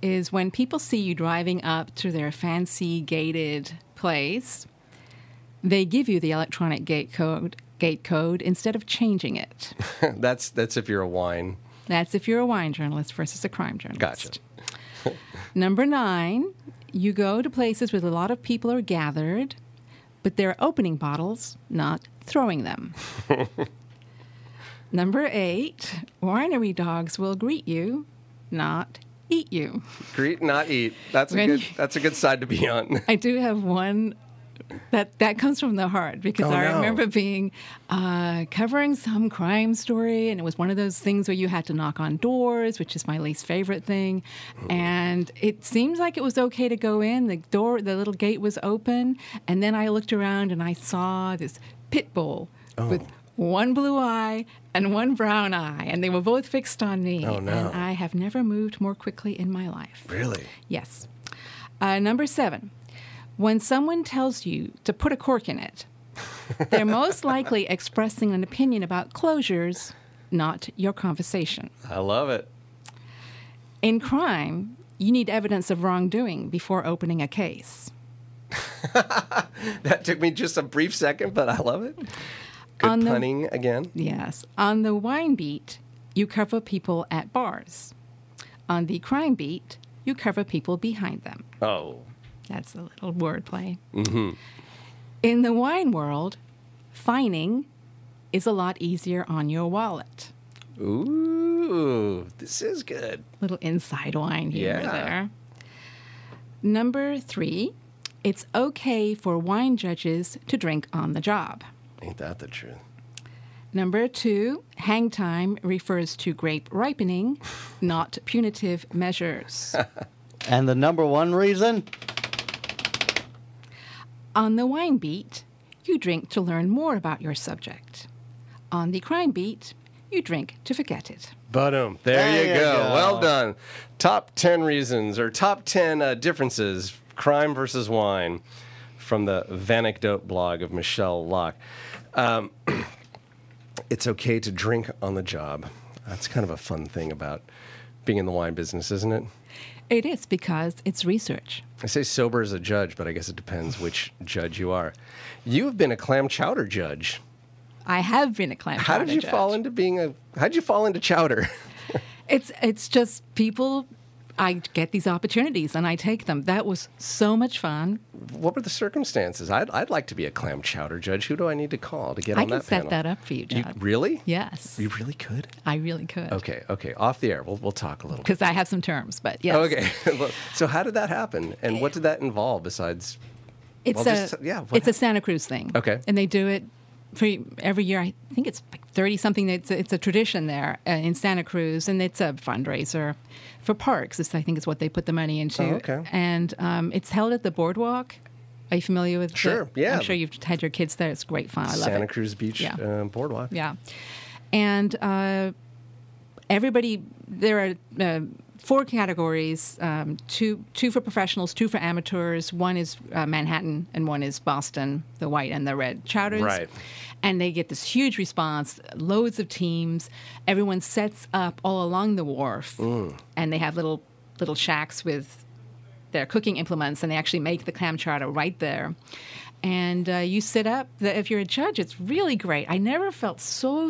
Speaker 6: is when people see you driving up to their fancy gated place, they give you the electronic gate code, gate code instead of changing it.
Speaker 5: that's that's if you're a wine.
Speaker 6: That's if you're a wine journalist versus a crime journalist.
Speaker 5: Gotcha.
Speaker 6: Number nine, you go to places where a lot of people are gathered, but they're opening bottles, not throwing them. Number eight, winery dogs will greet you, not eat you.
Speaker 5: Greet, not eat. That's a
Speaker 6: When
Speaker 5: good.
Speaker 6: you-
Speaker 5: That's a good side to be on.
Speaker 6: I do have one that that comes from the heart because
Speaker 5: Oh,
Speaker 6: I
Speaker 5: no.
Speaker 6: remember being uh, covering some crime story, and it was one of those things where you had to knock on doors, which is my least favorite thing. And it seemed like it was okay to go in. The door, the little gate was open, and then I looked around and I saw this pit bull
Speaker 5: Oh.
Speaker 6: with one blue eye and one brown eye, and they were both fixed on me.
Speaker 5: Oh, no.
Speaker 6: And I have never moved more quickly in my life.
Speaker 5: Really?
Speaker 6: Yes. Uh, number seven, when someone tells you to put a cork in it, they're most likely expressing an opinion about closures, not your conversation.
Speaker 5: I love it.
Speaker 6: In crime, you need evidence of wrongdoing before opening a case.
Speaker 5: That took me just a brief second, but I love it. Good
Speaker 6: On the-
Speaker 5: punning again.
Speaker 6: Yes. On the wine beat, you cover people at bars. On the crime beat, you cover people behind them.
Speaker 5: Oh.
Speaker 6: That's a little wordplay. Mm-hmm. In the wine world, fining is a lot easier on your wallet.
Speaker 5: Ooh, this is good.
Speaker 6: Little inside wine here
Speaker 5: Yeah.
Speaker 6: or there. Number three, it's okay for wine judges to drink on the job.
Speaker 5: Ain't that the truth?
Speaker 6: Number two, hang time refers to grape ripening, not punitive measures.
Speaker 4: And the number one reason?
Speaker 6: On the wine beat, you drink to learn more about your subject. On the crime beat, you drink to forget it.
Speaker 5: Bottom. um, There,
Speaker 4: There
Speaker 5: you,
Speaker 4: you
Speaker 5: go.
Speaker 4: go.
Speaker 5: Well done. Top 10 reasons or top 10 uh, differences crime versus wine from the Vanecdote blog of Michelle Locke. Um, it's okay to drink on the job. That's kind of a fun thing about being in the wine business, isn't it?
Speaker 6: It is because it's research.
Speaker 5: I say sober as a judge, but I guess it depends which judge you are. You've been a clam chowder judge.
Speaker 6: I have been a clam.
Speaker 5: How did
Speaker 6: chowder
Speaker 5: you
Speaker 6: judge.
Speaker 5: fall into being a? How did you fall into chowder?
Speaker 6: It's it's just people. I get these opportunities and I take them. That was so much fun.
Speaker 5: what were the circumstances? I'd, I'd like to be a clam chowder judge. Who do I need to call to get
Speaker 6: I
Speaker 5: on
Speaker 6: can
Speaker 5: that
Speaker 6: set
Speaker 5: panel?
Speaker 6: that up for you,
Speaker 5: You
Speaker 6: John.
Speaker 5: really?
Speaker 6: yes,
Speaker 5: You really could.
Speaker 6: I really could.
Speaker 5: Okay. Okay. Off the air. We'll we'll talk a little. bit.
Speaker 6: Because I have some terms, but yes.
Speaker 5: Okay. Look, so how did that happen, and what did that involve besides?
Speaker 6: It's
Speaker 5: Well,
Speaker 6: a
Speaker 5: just- yeah, what
Speaker 6: it's a Santa Cruz thing.
Speaker 5: Okay.
Speaker 6: and they do it for every year. I think it's like thirty something. It's a, it's a tradition there uh, in Santa Cruz, and it's a fundraiser for parks. Is I think is what they put the money into.
Speaker 5: Oh, okay.
Speaker 6: and um, it's held at the boardwalk. Are you familiar with? the-
Speaker 5: Sure, yeah.
Speaker 6: I'm sure you've had your kids there. It's great fun. I love
Speaker 5: Santa
Speaker 6: it.
Speaker 5: Cruz Beach
Speaker 6: Yeah.
Speaker 5: uh, boardwalk.
Speaker 6: Yeah. And uh, everybody, there are uh, four categories um, two, two for professionals, two for amateurs. One is uh, Manhattan, and one is Boston, the white and the red chowders.
Speaker 5: Right.
Speaker 6: And they get this huge response, loads of teams. Everyone sets up all along the wharf, and they have little little shacks with their cooking implements, and they actually make the clam chowder right there. And uh, you sit up. The, if you're a judge, it's really great. I never felt so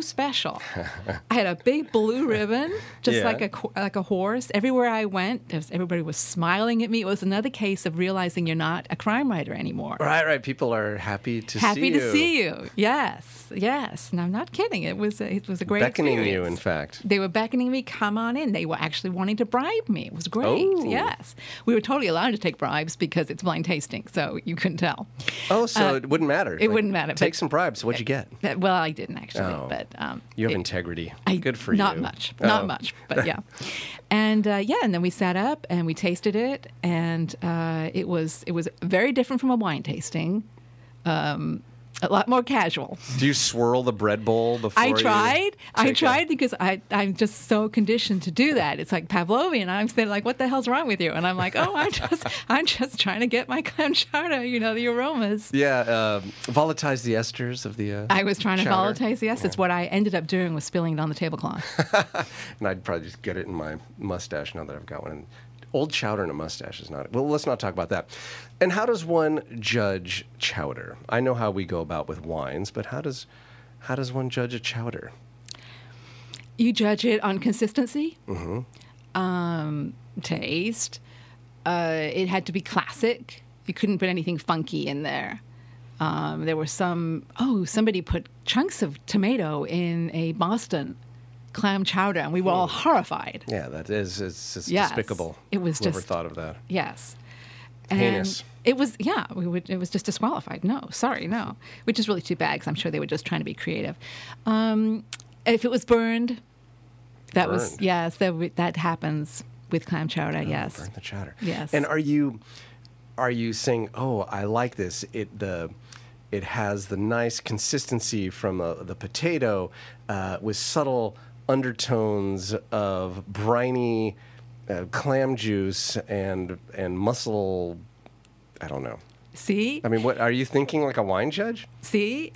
Speaker 6: special. I had a big blue ribbon, just
Speaker 5: Yeah.
Speaker 6: like a co- like a horse. Everywhere I went, there was, everybody was smiling at me. It was another case of realizing you're not a crime writer anymore.
Speaker 5: Right. Right. People are happy to see
Speaker 6: Happy
Speaker 5: you.
Speaker 6: to see you. Yes, yes. And I'm not kidding. It was a, it was a great
Speaker 5: Beckoning you,
Speaker 6: experience.
Speaker 5: in fact.
Speaker 6: They were beckoning me, come on in. They were actually wanting to bribe me. It was great.
Speaker 5: Oh.
Speaker 6: Yes. We were totally allowed to take bribes because it's blind tasting, so you couldn't tell.
Speaker 5: Oh, so it wouldn't matter.
Speaker 6: Uh, it wouldn't matter,
Speaker 5: Take
Speaker 6: but- Uh,
Speaker 5: some bribes. What'd you get?
Speaker 6: That- Well, I didn't actually,
Speaker 5: Oh.
Speaker 6: but um,
Speaker 5: You have
Speaker 6: it-
Speaker 5: integrity.
Speaker 6: I-
Speaker 5: Good for
Speaker 6: not
Speaker 5: you.
Speaker 6: Not much, not
Speaker 5: Oh.
Speaker 6: much, but yeah. And uh, yeah, and then we sat up and we tasted it, and uh, it was it was very different from a wine tasting, um, a lot more casual.
Speaker 5: Do you swirl the bread bowl before?
Speaker 6: I
Speaker 5: you
Speaker 6: tried. I
Speaker 5: take a-
Speaker 6: tried because I, I'm just so conditioned to do that. It's like Pavlovian. I'm sitting like, what the hell's wrong with you? And I'm like, oh, I'm just, I'm just trying to get my clam chowder, you know, the aromas.
Speaker 5: Yeah, uh, volatize the esters of the. Uh,
Speaker 6: I was trying to
Speaker 5: chowder.
Speaker 6: volatize. Yes, it's what I ended up doing was spilling it on the tablecloth.
Speaker 5: and I'd probably just get it in my mustache now that I've got one. And old chowder and a mustache is not. Well, let's not talk about that. And how does one judge chowder? I know how we go about with wines, but how does how does one judge a chowder?
Speaker 6: You judge it on consistency, mm-hmm. um, taste. Uh, it had to be classic. You couldn't put anything funky in there. Um, there were some. Oh, somebody put chunks of tomato in a Boston clam chowder, and we were all horrified.
Speaker 5: Yeah, that is it's, it's
Speaker 6: Yes.
Speaker 5: despicable.
Speaker 6: It was
Speaker 5: Whoever
Speaker 6: just-
Speaker 5: thought of that.
Speaker 6: Yes.
Speaker 5: Heinous.
Speaker 6: It was yeah, we would. It was just disqualified. No, sorry, no. Which is really too bad because I'm sure they were just trying to be creative. Um, if it was burned, that was
Speaker 5: Burned. Oh,
Speaker 6: yes, that w- that happens with clam chowder. yes,
Speaker 5: Burn the chowder.
Speaker 6: Yes.
Speaker 5: And are you are you saying, oh, I like this? It the it has the nice consistency from uh, the potato uh, with subtle undertones of briny uh, clam juice and and mussel. I don't know.
Speaker 6: see,
Speaker 5: I mean, what are you thinking? Like a wine judge?
Speaker 6: see,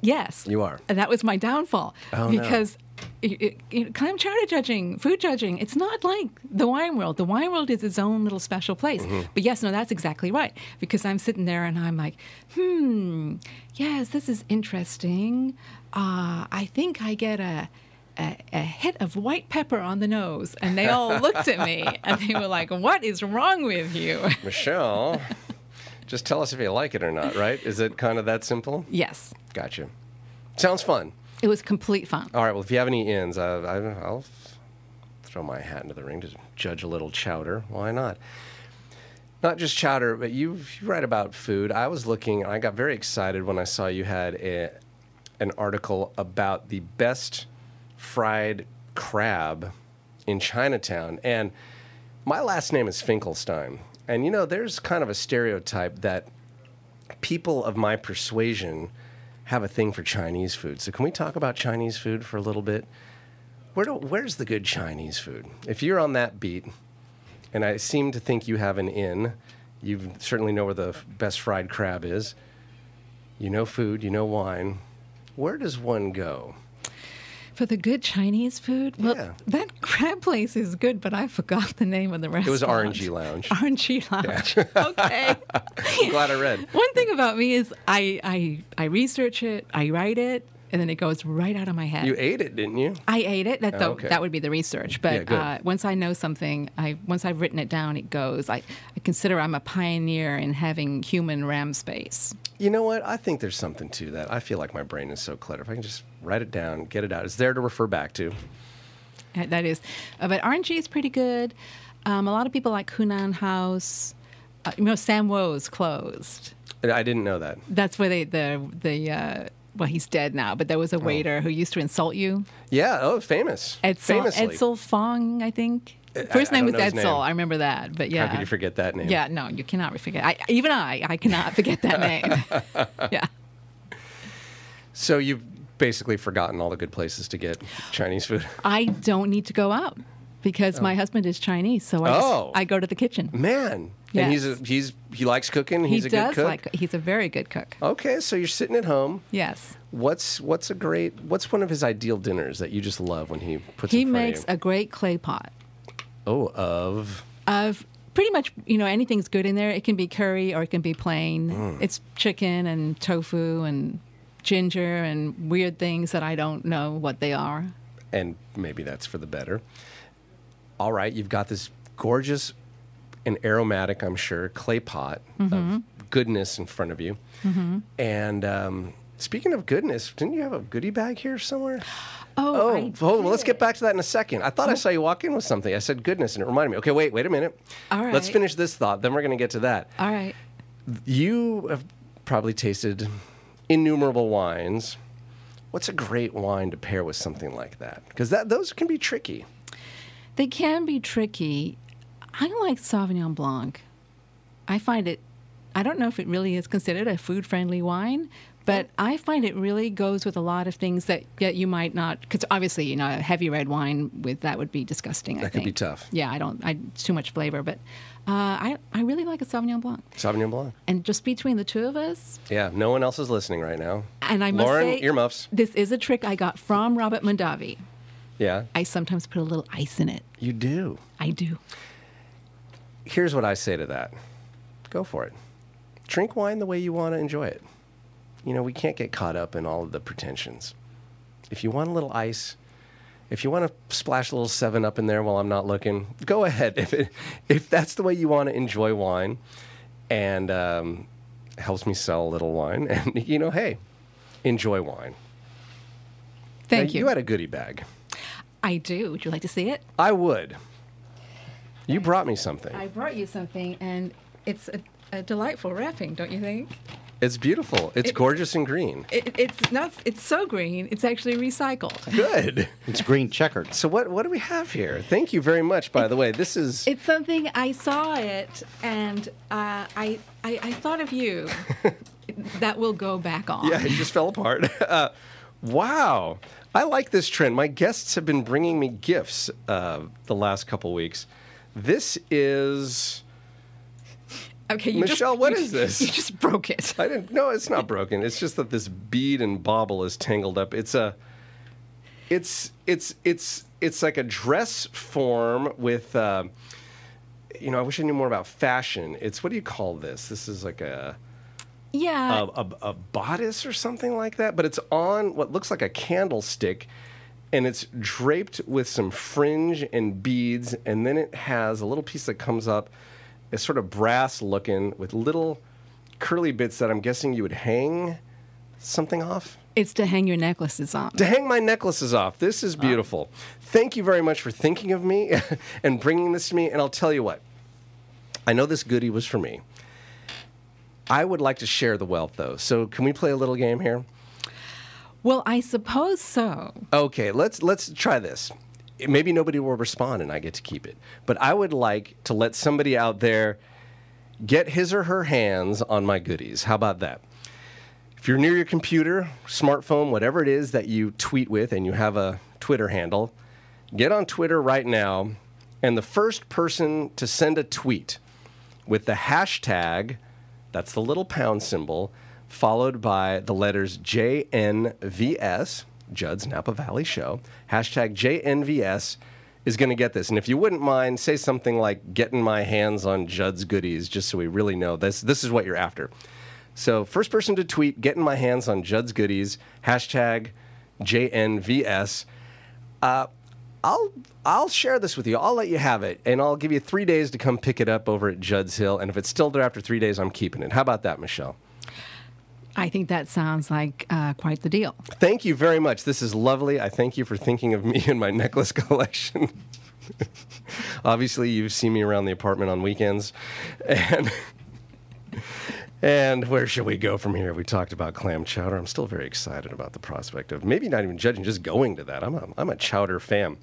Speaker 6: yes,
Speaker 5: You are.
Speaker 6: And that was my downfall
Speaker 5: Oh, no.
Speaker 6: because. It, it, you know, clam chowder judging, food judging, it's not like the wine world. The wine world is its own little special place.
Speaker 5: Mm-hmm.
Speaker 6: But yes, no, that's exactly right. Because I'm sitting there and I'm like, hmm, yes, this is interesting. Uh, I think I get a, a, a hit of white pepper on the nose. And they all looked at me and they were like, what is wrong with you?
Speaker 5: Michelle, just tell us if you like it or not, right? Is it kind of that simple?
Speaker 6: yes,
Speaker 5: Gotcha. Sounds fun.
Speaker 6: it was complete fun.
Speaker 5: All right. Well, if you have any ins, I, I, I'll throw my hat into the ring to judge a little chowder. Why not? Not just chowder, but you, you write about food. I was looking, and I got very excited when I saw you had a, an article about the best fried crab in Chinatown. And my last name is Finkelstein. And you know, there's kind of a stereotype that people of my persuasion have a thing for Chinese food. So can we talk about Chinese food for a little bit? Where do, where's the good Chinese food? If you're on that beat, and I seem to think you have an in, you certainly know where the f- best fried crab is. You know food, you know wine. Where does one go?
Speaker 6: For the good Chinese food? Well,
Speaker 5: Yeah.
Speaker 6: that crab place is good, but I forgot the name of the restaurant.
Speaker 5: It was RNG Lounge.
Speaker 6: RNG Lounge. okay.
Speaker 5: I'm glad I read.
Speaker 6: One thing about me is I, I, I research it, I write it, and then it goes right out of my head.
Speaker 5: You ate it, didn't you?
Speaker 6: I ate it. That, though,
Speaker 5: okay.
Speaker 6: that would be the research.
Speaker 5: Yeah,
Speaker 6: But
Speaker 5: good.
Speaker 6: uh, once I know something, I once I've written it down, it goes. I, I consider I'm a pioneer in having human ram space.
Speaker 5: You know what? I think there's something to that. I feel like my brain is so cluttered. If I can just write it down, get it out, it's there to refer back to.
Speaker 6: Uh, That is, uh, but RNG is pretty good. Um, a lot of people like Hunan House. Uh, you know, Sam Woe's closed.
Speaker 5: And I didn't know that.
Speaker 6: That's where they the the uh, well, he's dead now, but there was
Speaker 5: Oh.
Speaker 6: a waiter who used to insult you.
Speaker 5: Yeah. Oh, famous.
Speaker 6: Edsel
Speaker 5: Famously.
Speaker 6: Edsel Fong, I think.
Speaker 5: I-
Speaker 6: First
Speaker 5: I
Speaker 6: name
Speaker 5: don't
Speaker 6: was
Speaker 5: know his
Speaker 6: Edsel.
Speaker 5: name.
Speaker 6: I remember that, but yeah.
Speaker 5: How could you forget that name?
Speaker 6: Yeah, no, you cannot forget. I, even I, I cannot forget that name. yeah.
Speaker 5: So you've basically forgotten all the good places to get Chinese food.
Speaker 6: I don't need to go out because my husband is Chinese, so I, just-
Speaker 5: Oh.
Speaker 6: I go to the kitchen.
Speaker 5: Man. And he's a,
Speaker 6: Yes.
Speaker 5: he's he likes cooking. He's
Speaker 6: he
Speaker 5: a
Speaker 6: does
Speaker 5: good cook.
Speaker 6: like he's a very good cook.
Speaker 5: okay, so you're sitting at home.
Speaker 6: Yes.
Speaker 5: What's what's a great what's one of his ideal dinners that you just love when he puts
Speaker 6: He
Speaker 5: in front
Speaker 6: makes
Speaker 5: of you?
Speaker 6: a great clay pot
Speaker 5: oh of
Speaker 6: of pretty much, you know, anything's good in there. It can be curry or it can be plain. It's chicken and tofu and ginger and weird things that I don't know what they are.
Speaker 5: and maybe that's for the better. All right, you've got this gorgeous and aromatic, I'm sure, clay pot
Speaker 6: Mm-hmm.
Speaker 5: of goodness in front of you. And um, speaking of goodness, didn't you have a goodie bag here somewhere?
Speaker 6: Oh,
Speaker 5: Oh,
Speaker 6: I Oh.
Speaker 5: hold on. Let's get back to that in a second. I thought I saw you walk in with something. I said goodness, and it reminded me. Okay, wait, wait a minute.
Speaker 6: All
Speaker 5: Let's
Speaker 6: right.
Speaker 5: finish this thought, then we're going to get to that.
Speaker 6: all right.
Speaker 5: You have probably tasted innumerable wines. What's a great wine to pair with something like that? Because that those can be tricky.
Speaker 6: They can be tricky. I like Sauvignon Blanc. I find it, I don't know if it really is considered a food friendly wine, but I find it really goes with a lot of things that, that you might not, because obviously, you know, a heavy red wine with that would be disgusting. I
Speaker 5: That could be
Speaker 6: think.
Speaker 5: tough.
Speaker 6: Yeah, I don't, I, it's too much flavor, but uh, I, I really like a Sauvignon Blanc.
Speaker 5: Sauvignon Blanc.
Speaker 6: And just between the two of us,
Speaker 5: Yeah, no one else is listening right now.
Speaker 6: and I must
Speaker 5: Lauren,
Speaker 6: say,
Speaker 5: earmuffs.
Speaker 6: this is a trick I got from Robert Mondavi.
Speaker 5: Yeah,
Speaker 6: I sometimes put a little ice in it.
Speaker 5: you do.
Speaker 6: I do.
Speaker 5: Here's what I say to that: Go for it. Drink wine the way you want to enjoy it. You know, we can't get caught up in all of the pretensions. If you want a little ice, if you want to splash a little seven up in there while I'm not looking, go ahead. If it, if that's the way you want to enjoy wine, and um, helps me sell a little wine, and you know, hey, enjoy wine. Now,
Speaker 6: Thank you.
Speaker 5: You had a goodie bag.
Speaker 6: I do. Would you like to see it?
Speaker 5: I would. You brought me something.
Speaker 6: I brought you something, and it's a a delightful wrapping, don't you think?
Speaker 5: It's beautiful. It's
Speaker 6: It-
Speaker 5: gorgeous and green.
Speaker 6: It, it's not. It's so green. It's actually recycled.
Speaker 5: Good.
Speaker 4: It's green checkered.
Speaker 5: So what what do we have here? Thank you very much. By the way, this is
Speaker 6: It's something I saw it, and uh, I, I I thought of you. that will go back on.
Speaker 5: yeah, it just fell apart. Uh, wow, I like this trend. My guests have been bringing me gifts uh, the last couple weeks. This is
Speaker 6: Okay, you
Speaker 5: Michelle,
Speaker 6: Just,
Speaker 5: what
Speaker 6: you-
Speaker 5: is this? Uh,
Speaker 6: You just broke it.
Speaker 5: I didn't. No, it's not broken. It's just that this bead and bauble is tangled up. It's a. It's it's it's it's like a dress form with. Uh, you know, I wish I knew more about fashion. It's what do you call this? This is like a a,
Speaker 6: Yeah.
Speaker 5: a, a bodice or something like that, but it's on what looks like a candlestick, and it's draped with some fringe and beads, and then it has a little piece that comes up, it's sort of brass looking with little curly bits that I'm guessing you would hang something off
Speaker 6: it's to hang your necklaces on.
Speaker 5: to hang my necklaces off. This is beautiful. Thank you very much for thinking of me and bringing this to me. And I'll tell you what, I know this goodie was for me. I would like to share the wealth, though. So can we play a little game here?
Speaker 6: Well, I suppose so.
Speaker 5: Okay, let's let's try this. Maybe nobody will respond, and I get to keep it. But I would like to let somebody out there get his or her hands on my goodies. How about that? If you're near your computer, smartphone, whatever it is that you tweet with and you have a Twitter handle, get on Twitter right now and the first person to send a tweet with the hashtag, that's the little pound symbol, followed by the letters JNVS, Judd's Napa Valley Show, hashtag JNVS is going to get this. And if you wouldn't mind, say something like getting my hands on Judd's goodies, just so we really know this, this is what you're after. So, first person to tweet, getting my hands on Judd's goodies, hashtag JNVS. I'll I'll share this with you. I'll let you have it, and I'll give you three days to come pick it up over at Judd's Hill. And if it's still there after three days, I'm keeping it. How about that, Michelle?
Speaker 6: I think that sounds like uh, quite the deal.
Speaker 5: Thank you very much. This is lovely. I thank you for thinking of me and my necklace collection. Obviously, you've seen me around the apartment on weekends, and and where should we go from here? We talked about clam chowder. I'm still very excited about the prospect of maybe not even judging, just going to that. I'm a, I'm a chowder fan.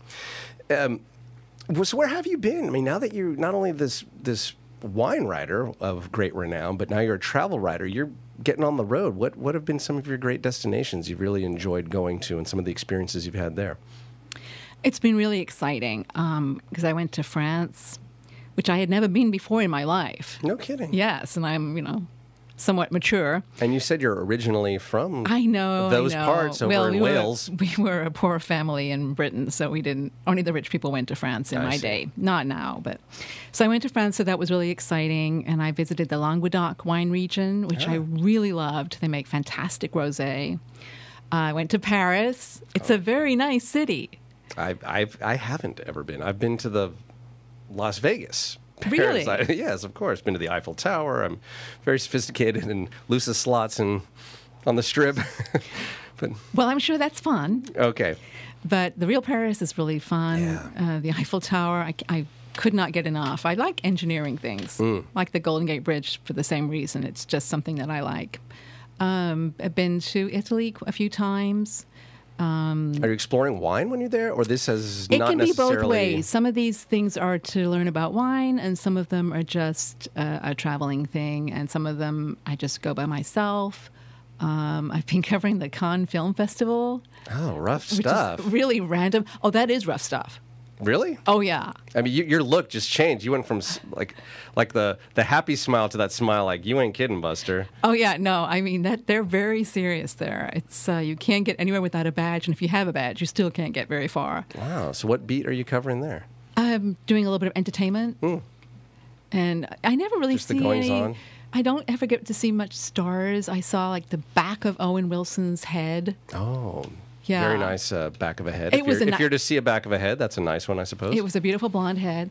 Speaker 5: Well, so where have you been? I mean, now that you're not only this this wine writer of great renown, but now you're a travel writer. You're getting on the road. What what have been some of your great destinations you've really enjoyed going to, and some of the experiences you've had there?
Speaker 6: It's been really exciting because I went to France, which I had never been before in my life.
Speaker 5: No kidding.
Speaker 6: Yes, and I'm, you know, somewhat mature.
Speaker 5: And you said you're originally from.
Speaker 6: I know I
Speaker 5: those
Speaker 6: know.
Speaker 5: parts over
Speaker 6: well,
Speaker 5: in
Speaker 6: we were-
Speaker 5: Wales.
Speaker 6: we were a poor family in Britain, so we didn't. Only the rich people went to France in
Speaker 5: I
Speaker 6: my
Speaker 5: see.
Speaker 6: day. Not now, but so I went to France, so that was really exciting. And I visited the Languedoc wine region, which
Speaker 5: Ah.
Speaker 6: I really loved. They make fantastic rosé. I went to Paris. It's
Speaker 5: Oh.
Speaker 6: a very nice city.
Speaker 5: I I've, I haven't ever been. I've been to the Las Vegas.
Speaker 6: Really?
Speaker 5: Paris. I- yes, of course. Been to the Eiffel Tower. I'm very sophisticated and loose as slots and on the strip. but
Speaker 6: Well, I'm sure that's fun.
Speaker 5: okay.
Speaker 6: But the real Paris is really fun. Uh, the Eiffel Tower, I, c- I could not get enough. I like engineering things,
Speaker 5: Hmm.
Speaker 6: like the Golden Gate Bridge, for the same reason. It's just something that I like. Um, I've been to Italy qu- a few times.
Speaker 5: Are you exploring wine when you're there, or this has
Speaker 6: It
Speaker 5: not
Speaker 6: can be
Speaker 5: necessarily?
Speaker 6: both ways. Some of these things are to learn about wine, and some of them are just uh, a traveling thing, and some of them I just go by myself. Um, I've been covering the Cannes Film Festival,
Speaker 5: Oh, rough
Speaker 6: which
Speaker 5: stuff.
Speaker 6: is really random. Oh, that is rough stuff.
Speaker 5: really?
Speaker 6: Oh, yeah.
Speaker 5: I mean, you, your look just changed. You went from s- like, like the the happy smile to that smile like you ain't kidding, Buster.
Speaker 6: Oh yeah, no. I mean that they're very serious there. It's uh, you can't get anywhere without a badge, and if you have a badge, you still can't get very far.
Speaker 5: Wow. So what beat are you covering there?
Speaker 6: I'm doing a little bit of entertainment, and I never really
Speaker 5: Hmm. Just the
Speaker 6: see
Speaker 5: goings
Speaker 6: any.
Speaker 5: on?
Speaker 6: I don't ever get to see much stars. I saw like the back of Owen Wilson's head.
Speaker 5: Oh.
Speaker 6: Yeah.
Speaker 5: Very nice uh, back of a head.
Speaker 6: It
Speaker 5: if
Speaker 6: was
Speaker 5: you're,
Speaker 6: a
Speaker 5: if
Speaker 6: ni-
Speaker 5: you're to see a back of a head, that's a nice one, I suppose.
Speaker 6: It was a beautiful blonde head.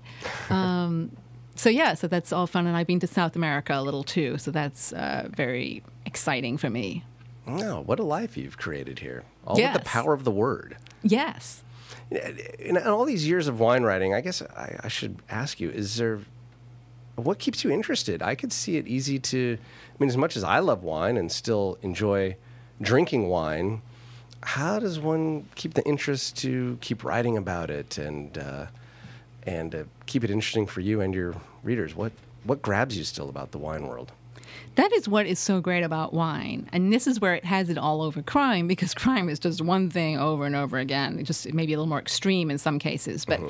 Speaker 6: Um, so yeah, so that's all fun, and I've been to South America a little too. So that's uh, very exciting for me.
Speaker 5: No, what a life you've created here. All with the
Speaker 6: Yes.
Speaker 5: power of the word.
Speaker 6: Yes.
Speaker 5: in, in all these years of wine writing, I guess I, I should ask you: Is there what keeps you interested? I could see it easy to. I mean, as much as I love wine and still enjoy drinking wine, how does one keep the interest to keep writing about it and uh, and uh, keep it interesting for you and your readers? What what grabs you still about the wine world?
Speaker 6: That is what is so great about wine. And this is where it has it all over crime because crime is just one thing over and over again. It just maybe a little more extreme in some cases. But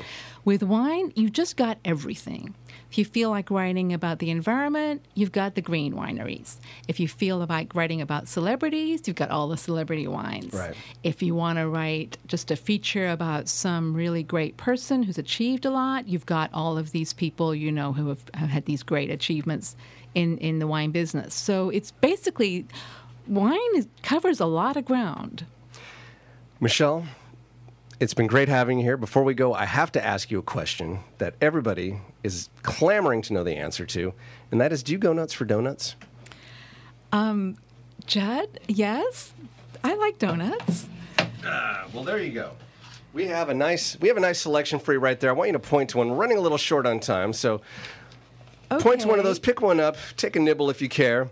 Speaker 6: with wine, you've just got everything. If you feel like writing about the environment, you've got the green wineries. If you feel like writing about celebrities, you've got all the celebrity wines.
Speaker 5: Right.
Speaker 6: If you want to write just a feature about some really great person who's achieved a lot, you've got all of these people you know who have, have had these great achievements in, in the wine business. So it's basically wine is, covers a lot of ground.
Speaker 5: Michelle, it's been great having you here. Before we go, I have to ask you a question that everybody is clamoring to know the answer to, and that is do you go nuts for donuts?
Speaker 6: Judd, yes, I like donuts.
Speaker 5: Well, there you go. We have a nice we have a nice selection for you right there. I want you to point to one. We're running a little short on time, so point to one of
Speaker 6: Okay.
Speaker 5: those, pick one up, take a nibble if you care.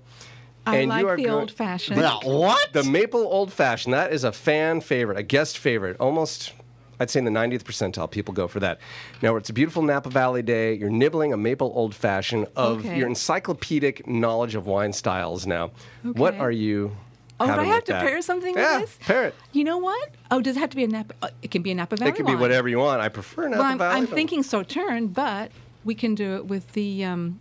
Speaker 6: I
Speaker 5: and
Speaker 6: like
Speaker 5: you are
Speaker 6: the
Speaker 5: go-
Speaker 6: old fashioned.
Speaker 4: Now, what?
Speaker 5: The maple old fashioned, that is a fan favorite, a guest favorite. Almost, I'd say in the 90th percentile, people go for that. Now, it's a beautiful Napa Valley day. You're nibbling a maple old fashioned of
Speaker 6: Okay.
Speaker 5: your encyclopedic knowledge of wine styles now. What
Speaker 6: Okay.
Speaker 5: are you.
Speaker 6: Oh, do I
Speaker 5: having
Speaker 6: have
Speaker 5: with
Speaker 6: to
Speaker 5: that?
Speaker 6: pair something
Speaker 5: yeah,
Speaker 6: with this?
Speaker 5: Pair it.
Speaker 6: You know what? Oh, does it have to be a Napa? Uh, it can be a Napa Valley.
Speaker 5: It could be
Speaker 6: wine.
Speaker 5: whatever you want. I prefer Napa
Speaker 6: Well, I'm,
Speaker 5: Valley.
Speaker 6: I'm
Speaker 5: but-
Speaker 6: thinking Sauternes, but we can do it with the um,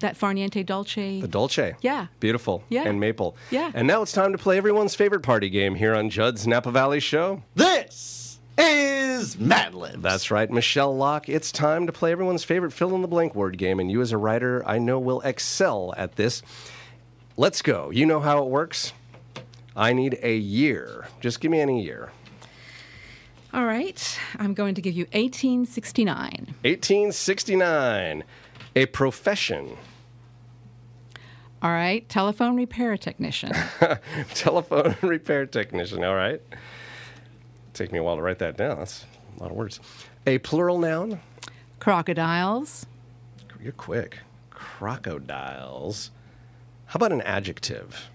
Speaker 6: that Farniente Dolce.
Speaker 5: The Dolce.
Speaker 6: Yeah.
Speaker 5: Beautiful.
Speaker 6: Yeah.
Speaker 5: And maple.
Speaker 6: Yeah.
Speaker 5: And now it's time to play everyone's favorite party game here on Judd's Napa Valley Show.
Speaker 4: This is Mad Libs.
Speaker 5: That's right, Michelle Locke. It's time to play everyone's favorite fill in the blank word game, and you, as a writer, I know will excel at this. Let's go. You know how it works. I need a year. Just give me any year.
Speaker 6: All right, I'm going to give you 1869.
Speaker 5: 1869. A profession.
Speaker 6: All right, telephone repair technician.
Speaker 5: Telephone repair technician. All right. Take me a while to write that down. That's a lot of words. A plural noun.
Speaker 6: Crocodiles.
Speaker 5: You're quick. Crocodiles. How about an adjective?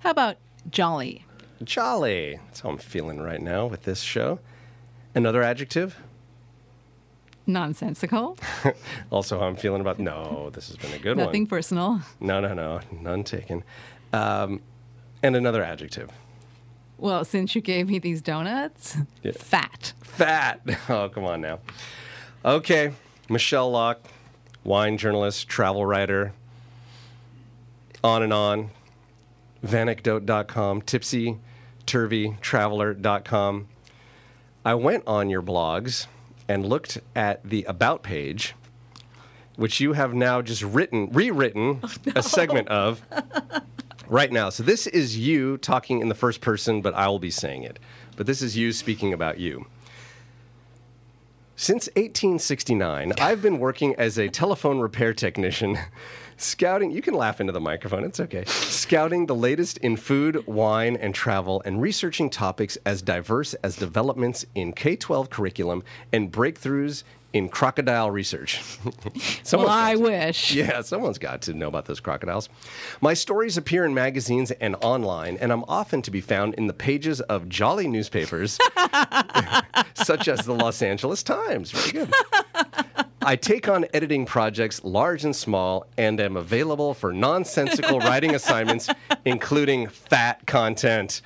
Speaker 6: How about jolly?
Speaker 5: Jolly. That's how I'm feeling right now with this show. Another adjective?
Speaker 6: Nonsensical.
Speaker 5: Also, how I'm feeling about. No, this has been a good
Speaker 6: Nothing
Speaker 5: one.
Speaker 6: personal.
Speaker 5: No, no, no. None taken. Um, and another adjective.
Speaker 6: Well, since you gave me these donuts,
Speaker 5: Yeah.
Speaker 6: fat.
Speaker 5: Fat. Oh, come on now. Okay. Michelle Locke, wine journalist, travel writer, on and on. Vanecdote.com, tipsy, turvy, traveler.com. I went on your blogs and looked at the about page, which you have now just written, rewritten a segment of right now. So this is you talking in the first person, but I will be saying it. But this is you speaking about you. Since 1869, I've been working as a telephone repair technician, scouting. You can laugh into the microphone, it's okay. Scouting the latest in food, wine, and travel, and researching topics as diverse as developments in K 12 curriculum and breakthroughs in crocodile research.
Speaker 6: Well,
Speaker 5: Someone's
Speaker 6: I
Speaker 5: got to-
Speaker 6: wish.
Speaker 5: yeah, someone's got to know about those crocodiles. My stories appear in magazines and online, and I'm often to be found in the pages of jolly newspapers, such as the Los Angeles Times. Very good. I take on editing projects large and small, and am available for nonsensical writing assignments, including fat content.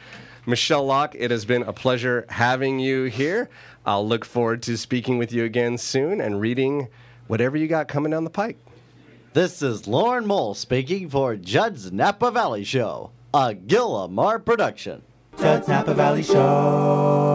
Speaker 5: Michelle Locke, it has been a pleasure having you here. I'll look forward to speaking with you again soon and reading whatever you got coming down the pike.
Speaker 4: This is Lauren Mole speaking for Judd's Napa Valley Show, a Gillamar production.
Speaker 3: Judd's Napa Valley Show.